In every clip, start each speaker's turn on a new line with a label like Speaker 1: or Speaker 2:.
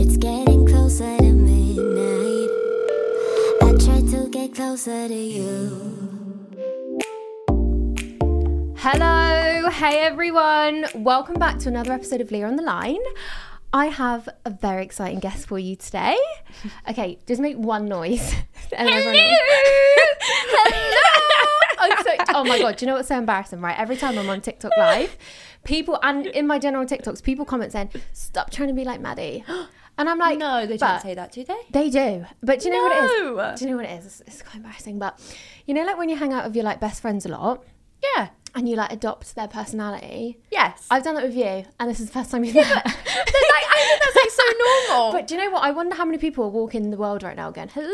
Speaker 1: It's getting closer to midnight. I try to get closer to you.
Speaker 2: Hello, hey everyone. Welcome back to another episode of Leah on the Line. I have a very exciting guest for you today. Okay, just make one noise. And everyone Hello. I'm so, oh my god, do you know what's so embarrassing, right? Every time I'm on TikTok live, people and in my general TikToks, people comment saying, "Stop trying to be like Maddie." And I'm like,
Speaker 3: No, they don't
Speaker 2: "But
Speaker 3: say that, do they?
Speaker 2: They do. But do you know what it
Speaker 3: No.
Speaker 2: is? Do you know what it is? It's, it's quite embarrassing. But you know, like when you hang out with your like best friends a lot
Speaker 3: Yeah.
Speaker 2: and you like adopt their personality.
Speaker 3: Yes.
Speaker 2: I've done that with you, and this is the first time you've met. like,
Speaker 3: I think that's, like, so normal.
Speaker 2: But do you know what? I wonder how many people walk in the world right now going, "Hello."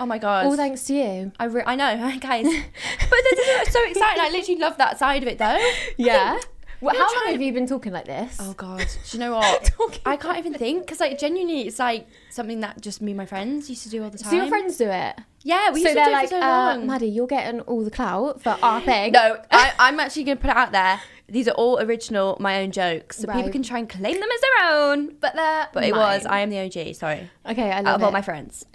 Speaker 3: oh my god.
Speaker 2: All thanks to you.
Speaker 3: I, re- I know, guys. but this is so exciting. I literally love that side of it, though.
Speaker 2: Yeah. Well,
Speaker 3: You're
Speaker 2: how
Speaker 3: trying
Speaker 2: long
Speaker 3: to-
Speaker 2: have you been talking like this?
Speaker 3: Oh god. Do you know what?
Speaker 2: Talking
Speaker 3: I can't even think because, like, genuinely, it's like something that just me and my friends used to do all the time.
Speaker 2: so your friends do it.
Speaker 3: Yeah, we
Speaker 2: so
Speaker 3: used to
Speaker 2: they're
Speaker 3: do
Speaker 2: like,
Speaker 3: it for so
Speaker 2: uh,
Speaker 3: long.
Speaker 2: Maddie, you're getting all the clout for our thing.
Speaker 3: no, I, I'm actually going to put it out there. These are all original, my own jokes, so people
Speaker 2: Right.
Speaker 3: can try and claim them as their own. But
Speaker 2: they're
Speaker 3: but it was.
Speaker 2: mine.
Speaker 3: I am the OG. Sorry.
Speaker 2: Okay, I love
Speaker 3: out of all
Speaker 2: it.
Speaker 3: Uh, my friends.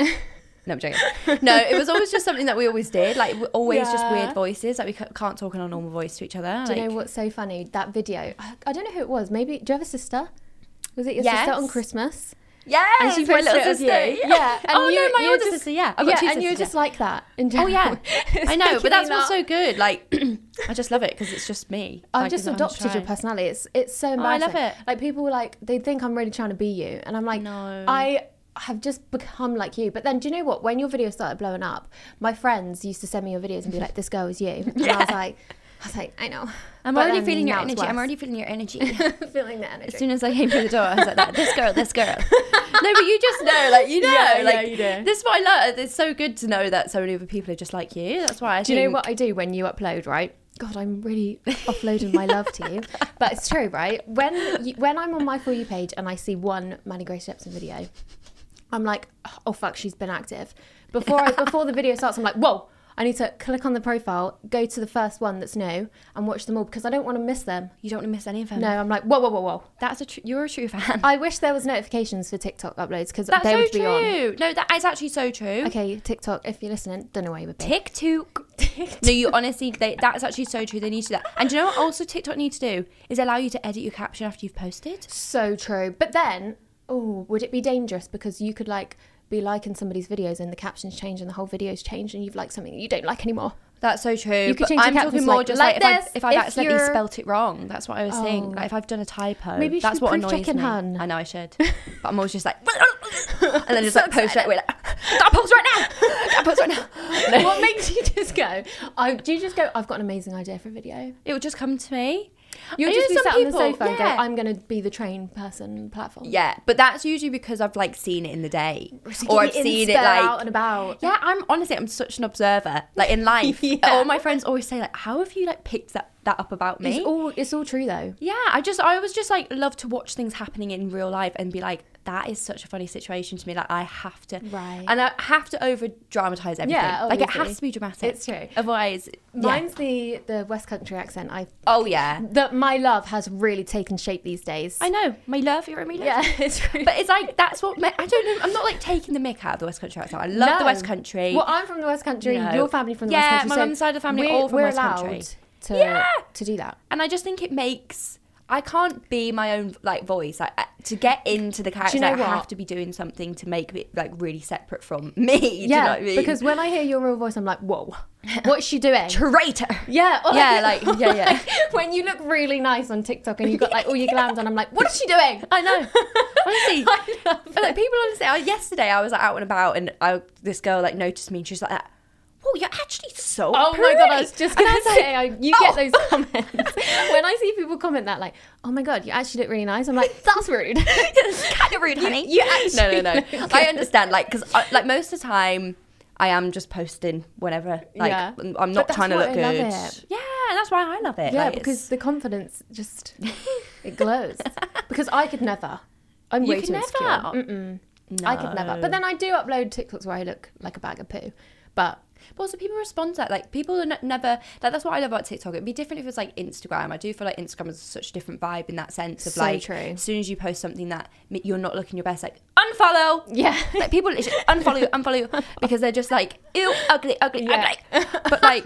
Speaker 3: No, I'm joking. No, it was always just something that we always did. Like, we- always just
Speaker 2: Yeah.
Speaker 3: weird voices. Like, we ca- can't talk in our normal voice to each other.
Speaker 2: Do you know
Speaker 3: like-
Speaker 2: what's so funny? That video. I, I don't know who it was. Maybe do you have a sister? Was it your sister
Speaker 3: Yes.
Speaker 2: on Christmas?
Speaker 3: Yeah,
Speaker 2: And she
Speaker 3: she's my
Speaker 2: posted
Speaker 3: little
Speaker 2: it of
Speaker 3: sister.
Speaker 2: you. Yeah. And
Speaker 3: oh,
Speaker 2: you-
Speaker 3: no, my
Speaker 2: you
Speaker 3: older
Speaker 2: just-
Speaker 3: sister, yeah. I've got two
Speaker 2: yeah, and you're
Speaker 3: sisters,
Speaker 2: just like that. In
Speaker 3: yeah.
Speaker 2: general.
Speaker 3: Oh, yeah.
Speaker 2: It's
Speaker 3: I know,
Speaker 2: making me
Speaker 3: but that's
Speaker 2: laugh.
Speaker 3: what's so good. Like, I just love it because it's just me.
Speaker 2: I've
Speaker 3: Like,
Speaker 2: just
Speaker 3: it's not much
Speaker 2: adopted your
Speaker 3: trying.
Speaker 2: personality. It's it's so
Speaker 3: Oh, I
Speaker 2: embarrassing.
Speaker 3: love it.
Speaker 2: Like people were like they think I'm really trying to be you, and I'm like,
Speaker 3: No.
Speaker 2: I have just become like you. But then, do you know what? When your video started blowing up, my friends used to send me your videos and be like, "This girl is you," and I was like, I was like, I know.
Speaker 3: I'm
Speaker 2: But
Speaker 3: already
Speaker 2: then
Speaker 3: feeling your
Speaker 2: now it's
Speaker 3: energy. I'm
Speaker 2: worse.
Speaker 3: already feeling your energy.
Speaker 2: feeling the energy.
Speaker 3: As soon as I came through the door, I was like, "No, "This girl, this girl." no, but you just know, like you know,
Speaker 2: Yeah, yeah,
Speaker 3: like
Speaker 2: you do.
Speaker 3: this is what I love. It's so good to know that so many other people are just like you. That's why I
Speaker 2: Do you know what I do when you upload, right? God, I'm really offloading my love to you. But it's true, right? When you, when I'm on my For You page and I see one Manny Grace Jepsen video, I'm like, oh fuck, she's been active. Before I, before the video starts, I'm like, whoa, I need to click on the profile, go to the first one that's new, and watch them all because I don't want to miss them.
Speaker 3: You don't want to miss any of them.
Speaker 2: No, I'm like, whoa, whoa, whoa, whoa.
Speaker 3: that's a tr- you're a true fan.
Speaker 2: I wish there was notifications for TikTok uploads because they
Speaker 3: That's so
Speaker 2: would be
Speaker 3: true.
Speaker 2: on.
Speaker 3: No, that is actually so true.
Speaker 2: Okay, TikTok, if you're listening, don't know where you would be.
Speaker 3: TikTok. no, you honestly, they, that's actually so true. They need to do that. And do you know what also TikTok need to do is allow you to edit your caption after you've posted.
Speaker 2: So true. But then, oh, would it be dangerous because you could like be liking somebody's videos and the captions change and the whole video's changed and you've liked something that you don't like anymore?
Speaker 3: That's so true.
Speaker 2: You could
Speaker 3: but
Speaker 2: change your
Speaker 3: I'm
Speaker 2: captions
Speaker 3: talking more
Speaker 2: like-
Speaker 3: just
Speaker 2: like
Speaker 3: like, if,
Speaker 2: this,
Speaker 3: I, if I've
Speaker 2: if
Speaker 3: accidentally
Speaker 2: you're-
Speaker 3: spelt it wrong. That's what I was
Speaker 2: Oh.
Speaker 3: saying. Like if I've done a typo,
Speaker 2: Maybe you
Speaker 3: that's
Speaker 2: should
Speaker 3: what
Speaker 2: proof
Speaker 3: annoys
Speaker 2: checking,
Speaker 3: me.
Speaker 2: hun.
Speaker 3: I know I should, but I'm always just like, and then just like post right away. Like, Gotta post right now. Gotta post right now. No.
Speaker 2: what makes you just go? I, do you just go? I've got an amazing idea for a video.
Speaker 3: It would just come to me.
Speaker 2: You'll
Speaker 3: I
Speaker 2: just
Speaker 3: know
Speaker 2: be
Speaker 3: some
Speaker 2: sat on the
Speaker 3: people-
Speaker 2: sofa and go,
Speaker 3: yeah.
Speaker 2: "I'm going to be the train person platform."
Speaker 3: Yeah, but that's usually because I've like seen it in the day,
Speaker 2: So
Speaker 3: or
Speaker 2: get
Speaker 3: I've
Speaker 2: your
Speaker 3: seen
Speaker 2: inspo
Speaker 3: it like
Speaker 2: out and about.
Speaker 3: Yeah, I'm honestly, I'm such an observer. Like in life,
Speaker 2: Yeah.
Speaker 3: all my friends always say like, "How have you like picked that that up about me?"
Speaker 2: It's all it's all true though.
Speaker 3: yeah, I just I always just like love to watch things happening in real life and be like, "That is such a funny situation to me." Like I have to,
Speaker 2: Right.
Speaker 3: And I have to over dramatize everything.
Speaker 2: Yeah,
Speaker 3: like it
Speaker 2: obviously.
Speaker 3: has to be dramatic.
Speaker 2: It's true.
Speaker 3: Otherwise, yeah.
Speaker 2: Mine's the the West Country accent. I
Speaker 3: oh yeah,
Speaker 2: that my love has really taken shape these days.
Speaker 3: I know my love. You're my love.
Speaker 2: yeah, it's true.
Speaker 3: But it's like that's what ma- I don't know. I'm not like taking the mick out of the West Country accent. I love the
Speaker 2: No.
Speaker 3: West Country.
Speaker 2: Well, I'm from the West Country.
Speaker 3: No.
Speaker 2: Your family from the
Speaker 3: Yeah,
Speaker 2: West Country.
Speaker 3: my
Speaker 2: so
Speaker 3: mum's side of the family
Speaker 2: we're-
Speaker 3: all from
Speaker 2: we're
Speaker 3: West Country.
Speaker 2: allowed To,
Speaker 3: Yeah.
Speaker 2: to do that.
Speaker 3: and I just think it makes I can't be my own like voice. Like uh, to get into the character,
Speaker 2: know
Speaker 3: like, I
Speaker 2: what?
Speaker 3: have to be doing something to make it like really separate from me. do you know what I mean?
Speaker 2: because when I hear your real voice, I'm like, whoa, what's she doing?
Speaker 3: traitor.
Speaker 2: Yeah, or
Speaker 3: Yeah, like- yeah, yeah.
Speaker 2: like, when you look really nice on TikTok and you've got like all your glands on, I'm like, what is she doing?
Speaker 3: I know. Honestly,
Speaker 2: I love
Speaker 3: but, like people honestly. I, yesterday, I was like, out and about, and I, this girl like noticed me, and she's like, that. "Whoa, you're actually so
Speaker 2: Oh
Speaker 3: pretty."
Speaker 2: my god, I was just
Speaker 3: And
Speaker 2: gonna
Speaker 3: was like,
Speaker 2: say, I, you
Speaker 3: "Oh."
Speaker 2: get those comments when I see people comment that, like, "Oh my god, you actually look really nice." I'm like, "That's rude."
Speaker 3: kind of rude, honey.
Speaker 2: you actually
Speaker 3: no, no, no.
Speaker 2: look
Speaker 3: I
Speaker 2: good.
Speaker 3: understand, like, because like most of the time, I am just posting whenever. Like,
Speaker 2: Yeah.
Speaker 3: I'm not
Speaker 2: But
Speaker 3: trying to
Speaker 2: that's
Speaker 3: look
Speaker 2: why I
Speaker 3: good.
Speaker 2: love it.
Speaker 3: Yeah, that's why I love it.
Speaker 2: yeah,
Speaker 3: like,
Speaker 2: because
Speaker 3: it's-
Speaker 2: the confidence just it glows. because I could never. I'm
Speaker 3: you
Speaker 2: way
Speaker 3: can
Speaker 2: too
Speaker 3: never.
Speaker 2: insecure. I could never. But then I do upload TikToks where I look like a bag of poo. But
Speaker 3: But also, people respond to that. Like, people are n- never. Like, that's what I love about TikTok. It'd be different if it was like Instagram. I do feel like Instagram is such a different vibe in that sense of
Speaker 2: So
Speaker 3: like,
Speaker 2: true.
Speaker 3: as soon as you post something that m- you're not looking your best, like unfollow.
Speaker 2: Yeah.
Speaker 3: Like people literally unfollow, you, unfollow you, because they're just like, ew, ugly, ugly,
Speaker 2: Yeah.
Speaker 3: ugly. But like,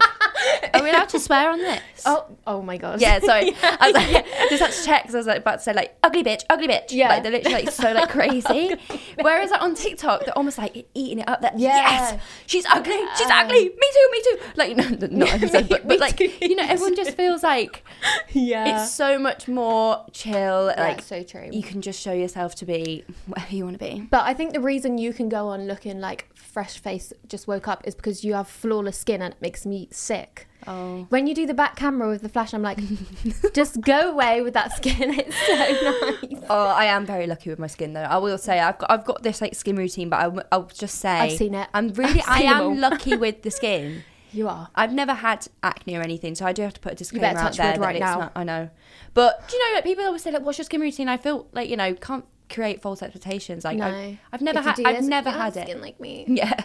Speaker 3: are we allowed to swear on this?
Speaker 2: oh, oh my god.
Speaker 3: Yeah, sorry. I was like, just had to check 'cause I was like about to say like ugly bitch, ugly bitch.
Speaker 2: Yeah.
Speaker 3: like they're literally like so like crazy. Whereas like on TikTok, they're almost like eating it up. That
Speaker 2: Yeah.
Speaker 3: yes, she's ugly, she's ugly. Me too, me too. Like no, no, not everyone, but,
Speaker 2: me
Speaker 3: but like
Speaker 2: too.
Speaker 3: you know, everyone just feels like
Speaker 2: yeah.
Speaker 3: it's so much more chill. like
Speaker 2: so true.
Speaker 3: You can just show yourself to be whatever you want to be.
Speaker 2: But I think the reason you can go on looking like fresh face just woke up is because you have flawless skin and it makes me sick.
Speaker 3: Oh.
Speaker 2: When you do the back camera with the flash, I'm like, just go away with that skin. It's so nice.
Speaker 3: Oh, I am very lucky with my skin though. I will say I've got I've got this like skin routine, but I w- I'll just say
Speaker 2: I've seen it.
Speaker 3: I'm really
Speaker 2: I've
Speaker 3: I
Speaker 2: seen 'em
Speaker 3: am
Speaker 2: all.
Speaker 3: lucky with the skin.
Speaker 2: You are.
Speaker 3: I've never had acne or anything, so I do have to put a disclaimer out
Speaker 2: touch
Speaker 3: there
Speaker 2: wood
Speaker 3: that
Speaker 2: right
Speaker 3: it's
Speaker 2: now.
Speaker 3: not. I know, but do you know, like people always say, like, "What's your skin routine?" I feel like you know, can't create false expectations. Like,
Speaker 2: No.
Speaker 3: I, I've never
Speaker 2: If you
Speaker 3: had,
Speaker 2: do
Speaker 3: I've
Speaker 2: this,
Speaker 3: never
Speaker 2: you'll have
Speaker 3: had it.
Speaker 2: Skin like me.
Speaker 3: yeah,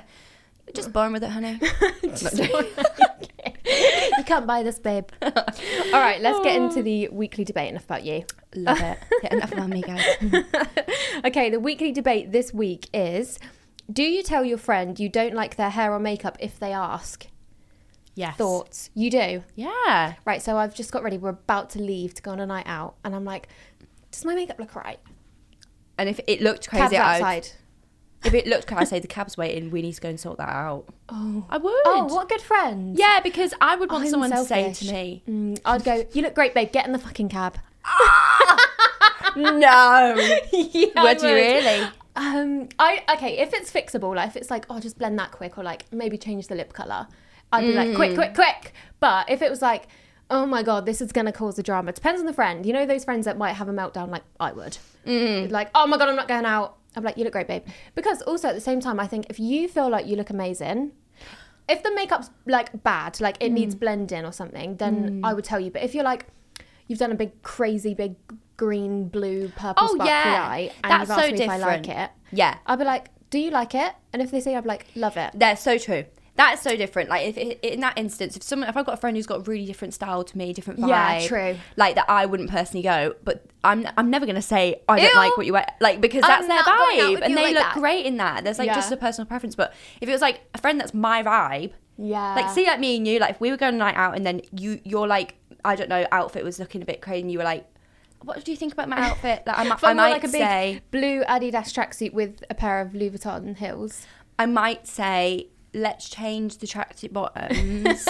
Speaker 3: just born with it, honey.
Speaker 2: You can't buy this, babe. Oh. All right, let's get into the weekly debate. Enough about you.
Speaker 3: Love it. Yeah, enough about me, guys.
Speaker 2: Okay, the weekly debate this week is: Do you tell your friend you don't like their hair or makeup if they ask?
Speaker 3: Yes.
Speaker 2: Thoughts? You do.
Speaker 3: Yeah.
Speaker 2: right, so I've just got ready. We're about to leave to go on a night out. And I'm like, does my makeup look all right?
Speaker 3: And if it looked
Speaker 2: Cab's
Speaker 3: crazy, I'd,
Speaker 2: outside.
Speaker 3: if it looked crazy, I'd say the cab's waiting. We need to go and sort that out. Oh, I would.
Speaker 2: Oh, what good friend.
Speaker 3: Yeah, because I would want
Speaker 2: I'm
Speaker 3: someone to say
Speaker 2: selfish.
Speaker 3: to me,
Speaker 2: Mm, I'd go, you look great, babe. Get in the fucking cab.
Speaker 3: "No,
Speaker 2: yeah, I would.
Speaker 3: would you really?"
Speaker 2: Um, I okay. If it's fixable, like if it's like, oh, just blend that quick, or like maybe change the lip color, I'd be like, quick, quick, quick. But if it was like, oh my god, this is gonna cause a drama. Depends on the friend. You know those friends that might have a meltdown, like I would. Like, oh my god, I'm not going out. I'm like, you look great, babe. Because also at the same time, I think if you feel like you look amazing. If the makeup's like bad, like it needs
Speaker 3: Mm.
Speaker 2: blending or something, then I would tell you. But if you're like, you've done a big, crazy, big green, blue, purple,
Speaker 3: Oh,
Speaker 2: sparkly
Speaker 3: yeah.
Speaker 2: eye, and
Speaker 3: That's
Speaker 2: you've asked
Speaker 3: so
Speaker 2: me if I like
Speaker 3: different.
Speaker 2: it,
Speaker 3: Yeah.
Speaker 2: I'll be like, "Do you like it?" And if they say, I'll be like, "Love it."
Speaker 3: That's so true. That's so different. Like if it, in that instance, if someone, if I've got a friend who's got a really different style to me, different vibe,
Speaker 2: Yeah, true.
Speaker 3: Like that, I wouldn't personally go. But I'm, I'm never gonna say I don't
Speaker 2: Ew.
Speaker 3: like what you wear, like because
Speaker 2: I'm
Speaker 3: that's their
Speaker 2: not going out
Speaker 3: vibe,
Speaker 2: with
Speaker 3: and
Speaker 2: you
Speaker 3: they
Speaker 2: like
Speaker 3: look
Speaker 2: that.
Speaker 3: great in that. There's like
Speaker 2: Yeah.
Speaker 3: just a personal preference. But if it was like a friend that's my vibe,
Speaker 2: Yeah.
Speaker 3: like see, like me and you, like if we were going a night out, and then you, you're like, I don't know, outfit was looking a bit crazy, and you were like, what do you think about my outfit? Like I, might-
Speaker 2: If I
Speaker 3: I
Speaker 2: wore
Speaker 3: might
Speaker 2: like a big
Speaker 3: say,
Speaker 2: blue Adidas tracksuit with a pair of Louis Vuitton heels.
Speaker 3: I might say let's change the tracksuit bottoms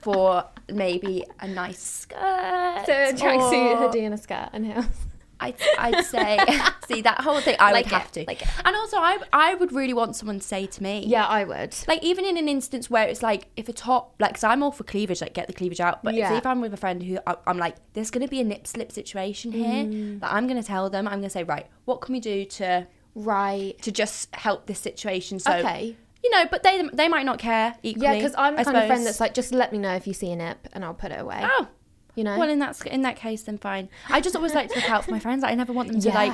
Speaker 3: for maybe a nice skirt.
Speaker 2: So a tracksuit,
Speaker 3: or
Speaker 2: hoodie, and a skirt and heels.
Speaker 3: I'd, I'd say see that whole thing. I
Speaker 2: Like
Speaker 3: would
Speaker 2: it,
Speaker 3: have to.
Speaker 2: like it.
Speaker 3: and also, I I would really want someone to say to me.
Speaker 2: Yeah, I would.
Speaker 3: Like even in an instance where it's like if a top, like i I'm all for cleavage, like get the cleavage out. But
Speaker 2: Yeah.
Speaker 3: if I'm with a friend who I- I'm like, there's gonna be a nip slip situation here.
Speaker 2: Mm.
Speaker 3: Like I'm gonna tell them, I'm gonna say, right, what can we do to
Speaker 2: Right.
Speaker 3: to just help this situation. So
Speaker 2: Okay.
Speaker 3: you know, but they they might not care equally.
Speaker 2: Yeah, because I'm the
Speaker 3: I
Speaker 2: kind of friend
Speaker 3: suppose.
Speaker 2: that's like, just let me know if you see a nip, and I'll put it away.
Speaker 3: oh.
Speaker 2: you know.
Speaker 3: Well, in that in that case, then fine. I just always like to look out for my friends. I never want them to
Speaker 2: Yeah.
Speaker 3: like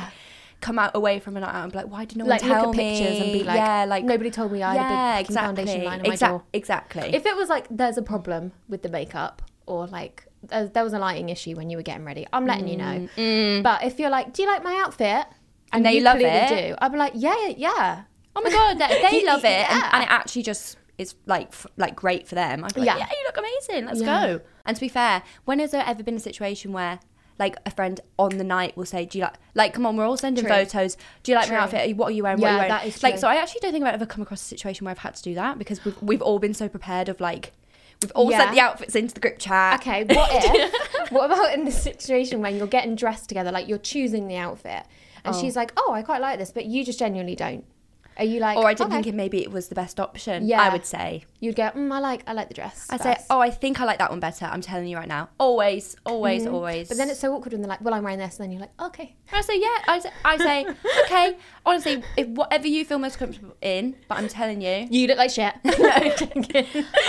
Speaker 3: come out away from a night out and be like, why did no one
Speaker 2: like look
Speaker 3: tell
Speaker 2: at
Speaker 3: me?
Speaker 2: pictures and be like,
Speaker 3: yeah, like
Speaker 2: nobody told me I had a big fucking foundation line on my
Speaker 3: Exac-
Speaker 2: door.
Speaker 3: Exactly.
Speaker 2: If it was like there's a problem with the makeup or like uh, there was a lighting issue when you were getting ready, I'm letting you know. But if you're like, do you like my outfit?
Speaker 3: Mm, And they
Speaker 2: you
Speaker 3: love
Speaker 2: clearly
Speaker 3: it.
Speaker 2: Do I'd be like, yeah, yeah,
Speaker 3: oh my god, they, they love it, and,
Speaker 2: Yeah.
Speaker 3: and it actually just is like f- like great for them. I'd be like,
Speaker 2: Yeah.
Speaker 3: yeah. you look amazing. Let's
Speaker 2: Yeah.
Speaker 3: go. And to be fair, when has there ever been a situation where like a friend on the night will say, "Do you like like come on, we're all sending
Speaker 2: True.
Speaker 3: photos. Do you like
Speaker 2: True.
Speaker 3: my outfit? What are you wearing? what are
Speaker 2: Yeah,
Speaker 3: you wearing?"
Speaker 2: that is
Speaker 3: like
Speaker 2: true.
Speaker 3: so I actually don't think I've ever come across a situation where I've had to do that because we've we've all been so prepared of like we've all
Speaker 2: Yeah.
Speaker 3: sent the outfits into the group chat.
Speaker 2: Okay, what if? what about in the situation when you're getting dressed together, like you're choosing the outfit, and she's like, "Oh, I quite like this," but you just genuinely don't. Are you like?
Speaker 3: Or I didn't
Speaker 2: "Okay."
Speaker 3: think it maybe it was the best option.
Speaker 2: Yeah.
Speaker 3: I would say.
Speaker 2: You'd go, mm, "I like, I like the dress."
Speaker 3: I say,
Speaker 2: first."
Speaker 3: oh, I think I like that one better. I'm telling you right now. Always, always, always.
Speaker 2: But then it's so awkward when they're like, "Well, I'm wearing this," and then you're like, "Okay."
Speaker 3: I say, yeah. I say, I say okay. Honestly, if whatever you feel most comfortable in, but I'm telling you,
Speaker 2: You look like shit.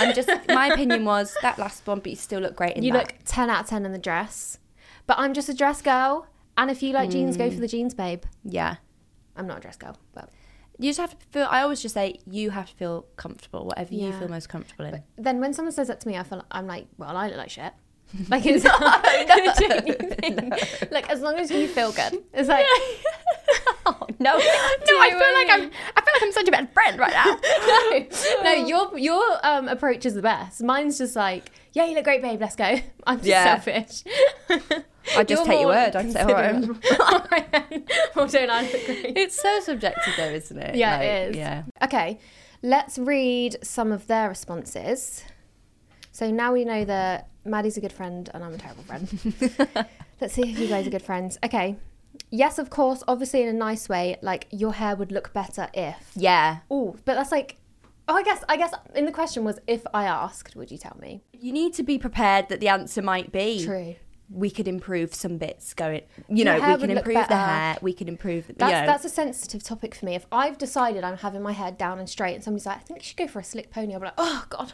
Speaker 3: I'm just. My opinion was that last one, but you still look great in
Speaker 2: you
Speaker 3: that.
Speaker 2: look ten out of ten in the dress, but I'm just a dress girl. And if you like jeans, go for the jeans, babe.
Speaker 3: yeah.
Speaker 2: I'm not a dress girl, but
Speaker 3: You just have to feel. I always just say you have to feel comfortable, whatever you
Speaker 2: Yeah.
Speaker 3: feel most comfortable in.
Speaker 2: then when someone says that to me, I feel I'm like, well, I look like shit. Like it's no, like as long as you feel good, it's like
Speaker 3: No, no,
Speaker 2: you
Speaker 3: I
Speaker 2: know
Speaker 3: feel
Speaker 2: what I
Speaker 3: like I'm. I feel like I'm such a bad friend right now.
Speaker 2: no, no. Your your um, approach is the best. Mine's just like, yeah, you look great, babe. Let's go. I'm just
Speaker 3: Yeah.
Speaker 2: selfish.
Speaker 3: I just
Speaker 2: You're
Speaker 3: take your
Speaker 2: more
Speaker 3: word. I say, all right.
Speaker 2: considerate. well, don't I look great?
Speaker 3: It's so subjective, though, isn't it?
Speaker 2: Yeah,
Speaker 3: Like,
Speaker 2: it is.
Speaker 3: Yeah.
Speaker 2: Okay, let's read some of their responses. So now we know that Maddie's a good friend and I'm a terrible friend. let's see if you guys are good friends. Okay. Yes, of course, obviously in a nice way, like your hair would look better if.
Speaker 3: Yeah.
Speaker 2: Oh, but that's like Oh, I guess I guess in the question was if I asked, would you tell me?
Speaker 3: You need to be prepared that the answer might be
Speaker 2: True.
Speaker 3: we could improve some bits going you
Speaker 2: Your hair
Speaker 3: know we
Speaker 2: would
Speaker 3: can
Speaker 2: look
Speaker 3: improve the
Speaker 2: better.
Speaker 3: hair we can improve the
Speaker 2: That's
Speaker 3: you know.
Speaker 2: that's a sensitive topic for me. If I've decided I'm having my hair down and straight and somebody's like, I think you should go for a slick pony, I'll be like, Oh god.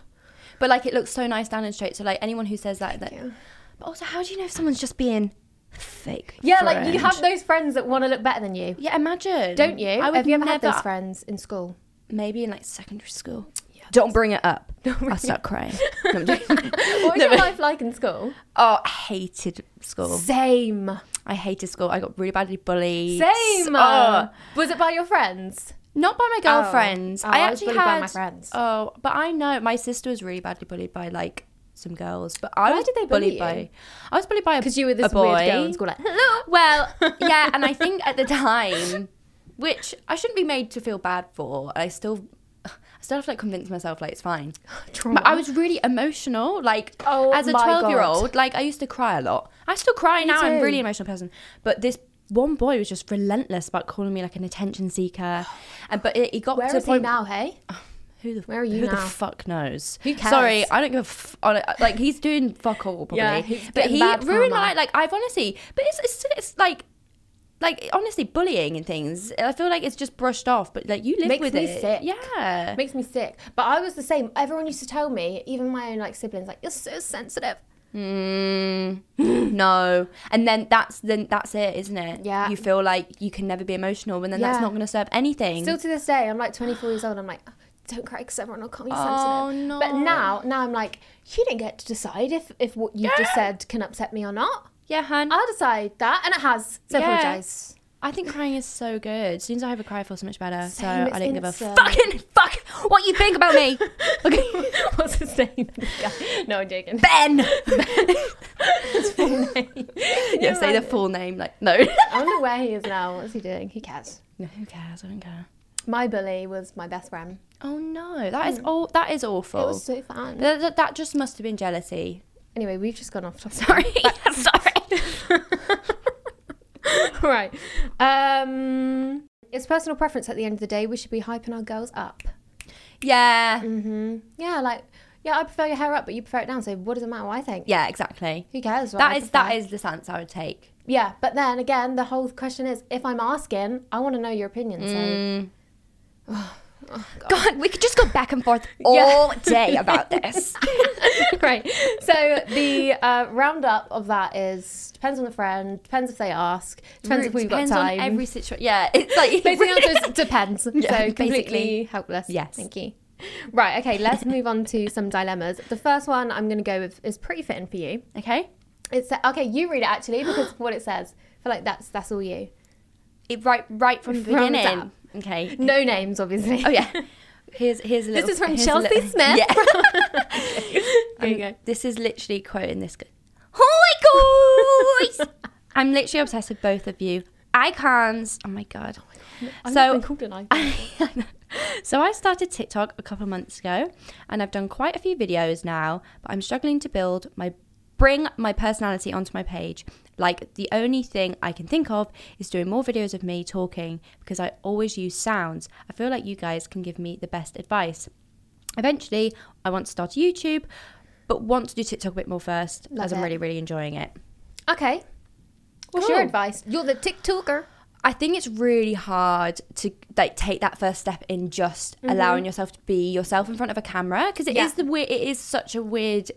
Speaker 3: but like it looks so nice down and straight so like anyone who says that, that
Speaker 2: you.
Speaker 3: but also how do you know if someone's just being fake
Speaker 2: Yeah, like
Speaker 3: friend?
Speaker 2: you have those friends that wanna look better than you.
Speaker 3: yeah imagine
Speaker 2: Don't you?
Speaker 3: I would
Speaker 2: Have you ever had
Speaker 3: never-
Speaker 2: those friends in school?
Speaker 3: maybe in like secondary school don't bring it up I'll start crying No, I'm joking.
Speaker 2: What was
Speaker 3: No,
Speaker 2: your
Speaker 3: but-
Speaker 2: life like in school?
Speaker 3: oh I hated school
Speaker 2: Same.
Speaker 3: I hated school I got really badly bullied
Speaker 2: Same.
Speaker 3: oh,
Speaker 2: Was it by your friends?
Speaker 3: Not by my
Speaker 2: Oh.
Speaker 3: girlfriends.
Speaker 2: Oh,
Speaker 3: I
Speaker 2: I was
Speaker 3: actually
Speaker 2: bullied by
Speaker 3: had
Speaker 2: my friends.
Speaker 3: Oh, but I know my sister was really badly bullied by like some girls. But I
Speaker 2: Why
Speaker 3: was
Speaker 2: did they bully
Speaker 3: bullied
Speaker 2: you?
Speaker 3: by I was bullied by a
Speaker 2: Because Oh, you were this
Speaker 3: a boy.
Speaker 2: weird girl in school, like, hello.
Speaker 3: Well, yeah, and I think at the time, which I shouldn't be made to feel bad for, I still. I still have to like convince myself like it's fine.
Speaker 2: Trauma.
Speaker 3: But I was really emotional, like
Speaker 2: Oh
Speaker 3: as a
Speaker 2: my God.
Speaker 3: twelve year old, like I used to cry a lot. I still cry now. I'm a
Speaker 2: too.
Speaker 3: really emotional person. But this one boy was just relentless about calling me like an attention seeker, and but it, it got
Speaker 2: Where
Speaker 3: to
Speaker 2: is
Speaker 3: the
Speaker 2: he
Speaker 3: point
Speaker 2: now, hey?
Speaker 3: who the
Speaker 2: Where are you
Speaker 3: who the
Speaker 2: now?
Speaker 3: fuck knows?
Speaker 2: Who cares?
Speaker 3: Sorry, I don't give a f- on it. like he's doing fuck all probably.
Speaker 2: Yeah, he's
Speaker 3: but
Speaker 2: getting
Speaker 3: he
Speaker 2: bad
Speaker 3: ruined
Speaker 2: karma.
Speaker 3: my life. Like I've honestly, but it's, it's it's like like honestly bullying and things. I feel like it's just brushed off, but like you live
Speaker 2: Makes
Speaker 3: with
Speaker 2: me
Speaker 3: it.
Speaker 2: sick.
Speaker 3: Yeah.
Speaker 2: Makes me sick. But I was the same. Everyone used to tell me, even my own like siblings, like, you're so sensitive.
Speaker 3: Mm, no. And then that's then that's it, isn't it?
Speaker 2: Yeah.
Speaker 3: You feel like you can never be emotional, and then
Speaker 2: Yeah.
Speaker 3: that's not going to serve anything.
Speaker 2: Still to this day, I'm like 24 years old. I'm like, don't cry because everyone will call me
Speaker 3: Oh,
Speaker 2: sensitive.
Speaker 3: no.
Speaker 2: But now, now I'm like, you didn't get to decide if, if what you just said can upset me or not.
Speaker 3: yeah, hun.
Speaker 2: I'll decide that. And it has. So
Speaker 3: Yeah.
Speaker 2: apologise.
Speaker 3: I think crying is so good. As soon as I have a cry, I feel so much better. so
Speaker 2: Same, it's
Speaker 3: I don't give a
Speaker 2: instant.
Speaker 3: fucking fuck what you think about me. Okay.
Speaker 2: What's his name? No, I'm joking.
Speaker 3: Ben. yeah, say the full name. Like, no.
Speaker 2: I wonder where he is now. What's he doing? Who cares?
Speaker 3: no. Who cares? I don't care.
Speaker 2: My bully was my best friend.
Speaker 3: Oh no, that is all. That is awful.
Speaker 2: It was so fun.
Speaker 3: that, that, that just must have been jealousy.
Speaker 2: Anyway, we've just gone off topic.
Speaker 3: Sorry. Sorry.
Speaker 2: right. Um, it's personal preference at the end of the day. We should be hyping our girls up.
Speaker 3: Yeah.
Speaker 2: Yeah, like, yeah, I prefer your hair up, but you prefer it down. So what does it matter what I think?
Speaker 3: Yeah. Exactly.
Speaker 2: Who cares? What
Speaker 3: That
Speaker 2: I
Speaker 3: is
Speaker 2: prefer?
Speaker 3: that is the stance I would take.
Speaker 2: Yeah, but then again, the whole question is if I'm asking, I want to know your opinion. So.
Speaker 3: Mm. God, we could just go back and forth all day about this.
Speaker 2: right. So the uh, roundup of that is depends on the friend, depends if they ask, depends if we've
Speaker 3: Depends
Speaker 2: got
Speaker 3: on
Speaker 2: time.
Speaker 3: every situation. Yeah, it's like
Speaker 2: Basically, the answer is depends. so completely
Speaker 3: basically.
Speaker 2: helpless.
Speaker 3: Yes.
Speaker 2: Thank you. Right. Okay. Let's move on to some dilemmas. The first one I'm going to go with is pretty fitting for you.
Speaker 3: okay.
Speaker 2: It's okay. You read it actually because of what it says. I feel like that's that's all you.
Speaker 3: It, right, right from the
Speaker 2: Round
Speaker 3: beginning.
Speaker 2: up.
Speaker 3: Okay.
Speaker 2: No names, obviously.
Speaker 3: Oh yeah. Here's here's a
Speaker 2: This
Speaker 3: little.
Speaker 2: is from
Speaker 3: here's a
Speaker 2: Chelsea
Speaker 3: little-
Speaker 2: Smith.
Speaker 3: Yeah.
Speaker 2: There you go.
Speaker 3: This is literally quoting this. Guy. Hi guys. I'm literally obsessed with both of you. Icons. Oh my god.
Speaker 2: I've so,
Speaker 3: So-
Speaker 2: been called an icon.
Speaker 3: So I started TikTok a couple of months ago, and I've done quite a few videos now. But I'm struggling to build my bring my personality onto my page. Like the only thing I can think of is doing more videos of me talking because I always use sounds. I feel like you guys can give me the best advice. Eventually, I want to start YouTube, but want to do TikTok a bit more first, as I'm
Speaker 2: it.
Speaker 3: really really enjoying it.
Speaker 2: okay. What's your
Speaker 3: Cool.
Speaker 2: advice? You're the TikToker.
Speaker 3: I think it's really hard to like take that first step in just allowing yourself to be yourself in front of a camera because it is
Speaker 2: Mm-hmm. Yeah.
Speaker 3: the weird. It is such a weird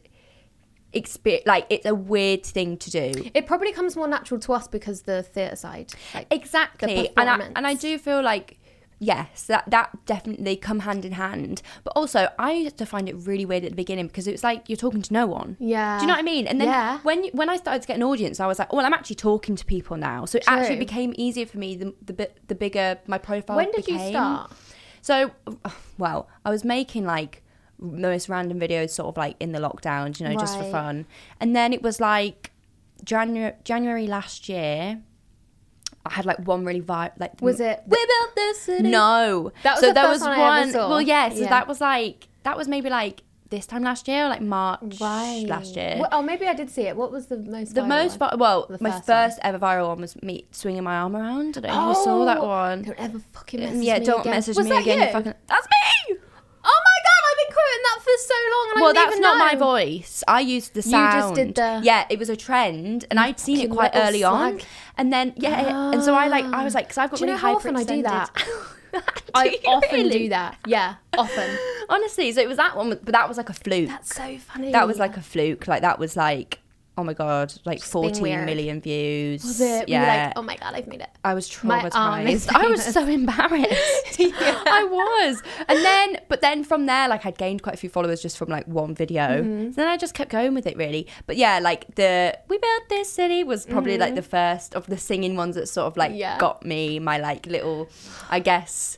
Speaker 3: experience. Like it's a weird thing to do.
Speaker 2: It probably comes more natural to us because the theatre side. Like,
Speaker 3: Exactly,
Speaker 2: The
Speaker 3: and I,
Speaker 2: performance.
Speaker 3: and I do feel like yes, that that definitely come hand in hand. But also, I used to find it really weird at the beginning because it was like you're talking to no one.
Speaker 2: Yeah.
Speaker 3: Do you know what I mean? And then
Speaker 2: Yeah.
Speaker 3: when you, when I started to get an audience, I was like, well, I'm actually talking to people now, so it actually
Speaker 2: True.
Speaker 3: became easier for me. The the, bi- the bigger my profile.
Speaker 2: When did you
Speaker 3: became.
Speaker 2: start?
Speaker 3: So, well, I was making like the most random videos, sort of like in the lockdown, you know, just for
Speaker 2: Right.
Speaker 3: fun. And then it was like January January last year. I had like one really vibe. Like
Speaker 2: Was it
Speaker 3: the-
Speaker 2: We Built This City?
Speaker 3: no,
Speaker 2: That was
Speaker 3: so
Speaker 2: the
Speaker 3: there
Speaker 2: first
Speaker 3: was
Speaker 2: one
Speaker 3: one.
Speaker 2: I ever saw.
Speaker 3: Well, yeah, so
Speaker 2: Yeah.
Speaker 3: that was like that was maybe like this time last year, or like March
Speaker 2: Right.
Speaker 3: last year.
Speaker 2: Well, oh, maybe I did see it. What was the most?
Speaker 3: the
Speaker 2: viral
Speaker 3: most
Speaker 2: one?
Speaker 3: vi- well,
Speaker 2: The
Speaker 3: my
Speaker 2: first one.
Speaker 3: first ever viral one was me swinging my arm around. I don't know if you saw that
Speaker 2: Oh,
Speaker 3: one.
Speaker 2: Don't ever fucking message
Speaker 3: yeah,
Speaker 2: me
Speaker 3: don't
Speaker 2: again.
Speaker 3: message
Speaker 2: Was
Speaker 3: me
Speaker 2: that
Speaker 3: again.
Speaker 2: You?
Speaker 3: You fucking, that's me.
Speaker 2: Oh my god, I've been quoting that for so long, and I
Speaker 3: well,
Speaker 2: didn't
Speaker 3: that's
Speaker 2: even
Speaker 3: not
Speaker 2: know.
Speaker 3: my voice. I used the sound.
Speaker 2: just did the-
Speaker 3: Yeah, it was a trend, and I'd seen it
Speaker 2: fucking
Speaker 3: quite
Speaker 2: little
Speaker 3: early on.
Speaker 2: slag.
Speaker 3: And then yeah, and so I like I was like, because I've got
Speaker 2: Do you
Speaker 3: really
Speaker 2: know how often I do
Speaker 3: hyperextended.
Speaker 2: that?
Speaker 3: Do
Speaker 2: I
Speaker 3: you
Speaker 2: often
Speaker 3: really?
Speaker 2: do that. Yeah, often.
Speaker 3: Honestly, so it was that one, but that was like a fluke.
Speaker 2: That's so funny.
Speaker 3: that was like a fluke. Like that was like. Oh my god! Like
Speaker 2: being
Speaker 3: fourteen
Speaker 2: weird.
Speaker 3: million views.
Speaker 2: Was it? Yeah.
Speaker 3: Yeah,
Speaker 2: like, oh my god, I've made it.
Speaker 3: I was
Speaker 2: My arm is
Speaker 3: traumatized. I was
Speaker 2: famous.
Speaker 3: so embarrassed. I was. And then, but then from there, like I'd gained quite a few followers just from like one video. So then I just kept going with it really. But yeah, like the We Built This City was probably like the first of the singing ones that sort of like
Speaker 2: Yeah.
Speaker 3: got me my like little, I guess,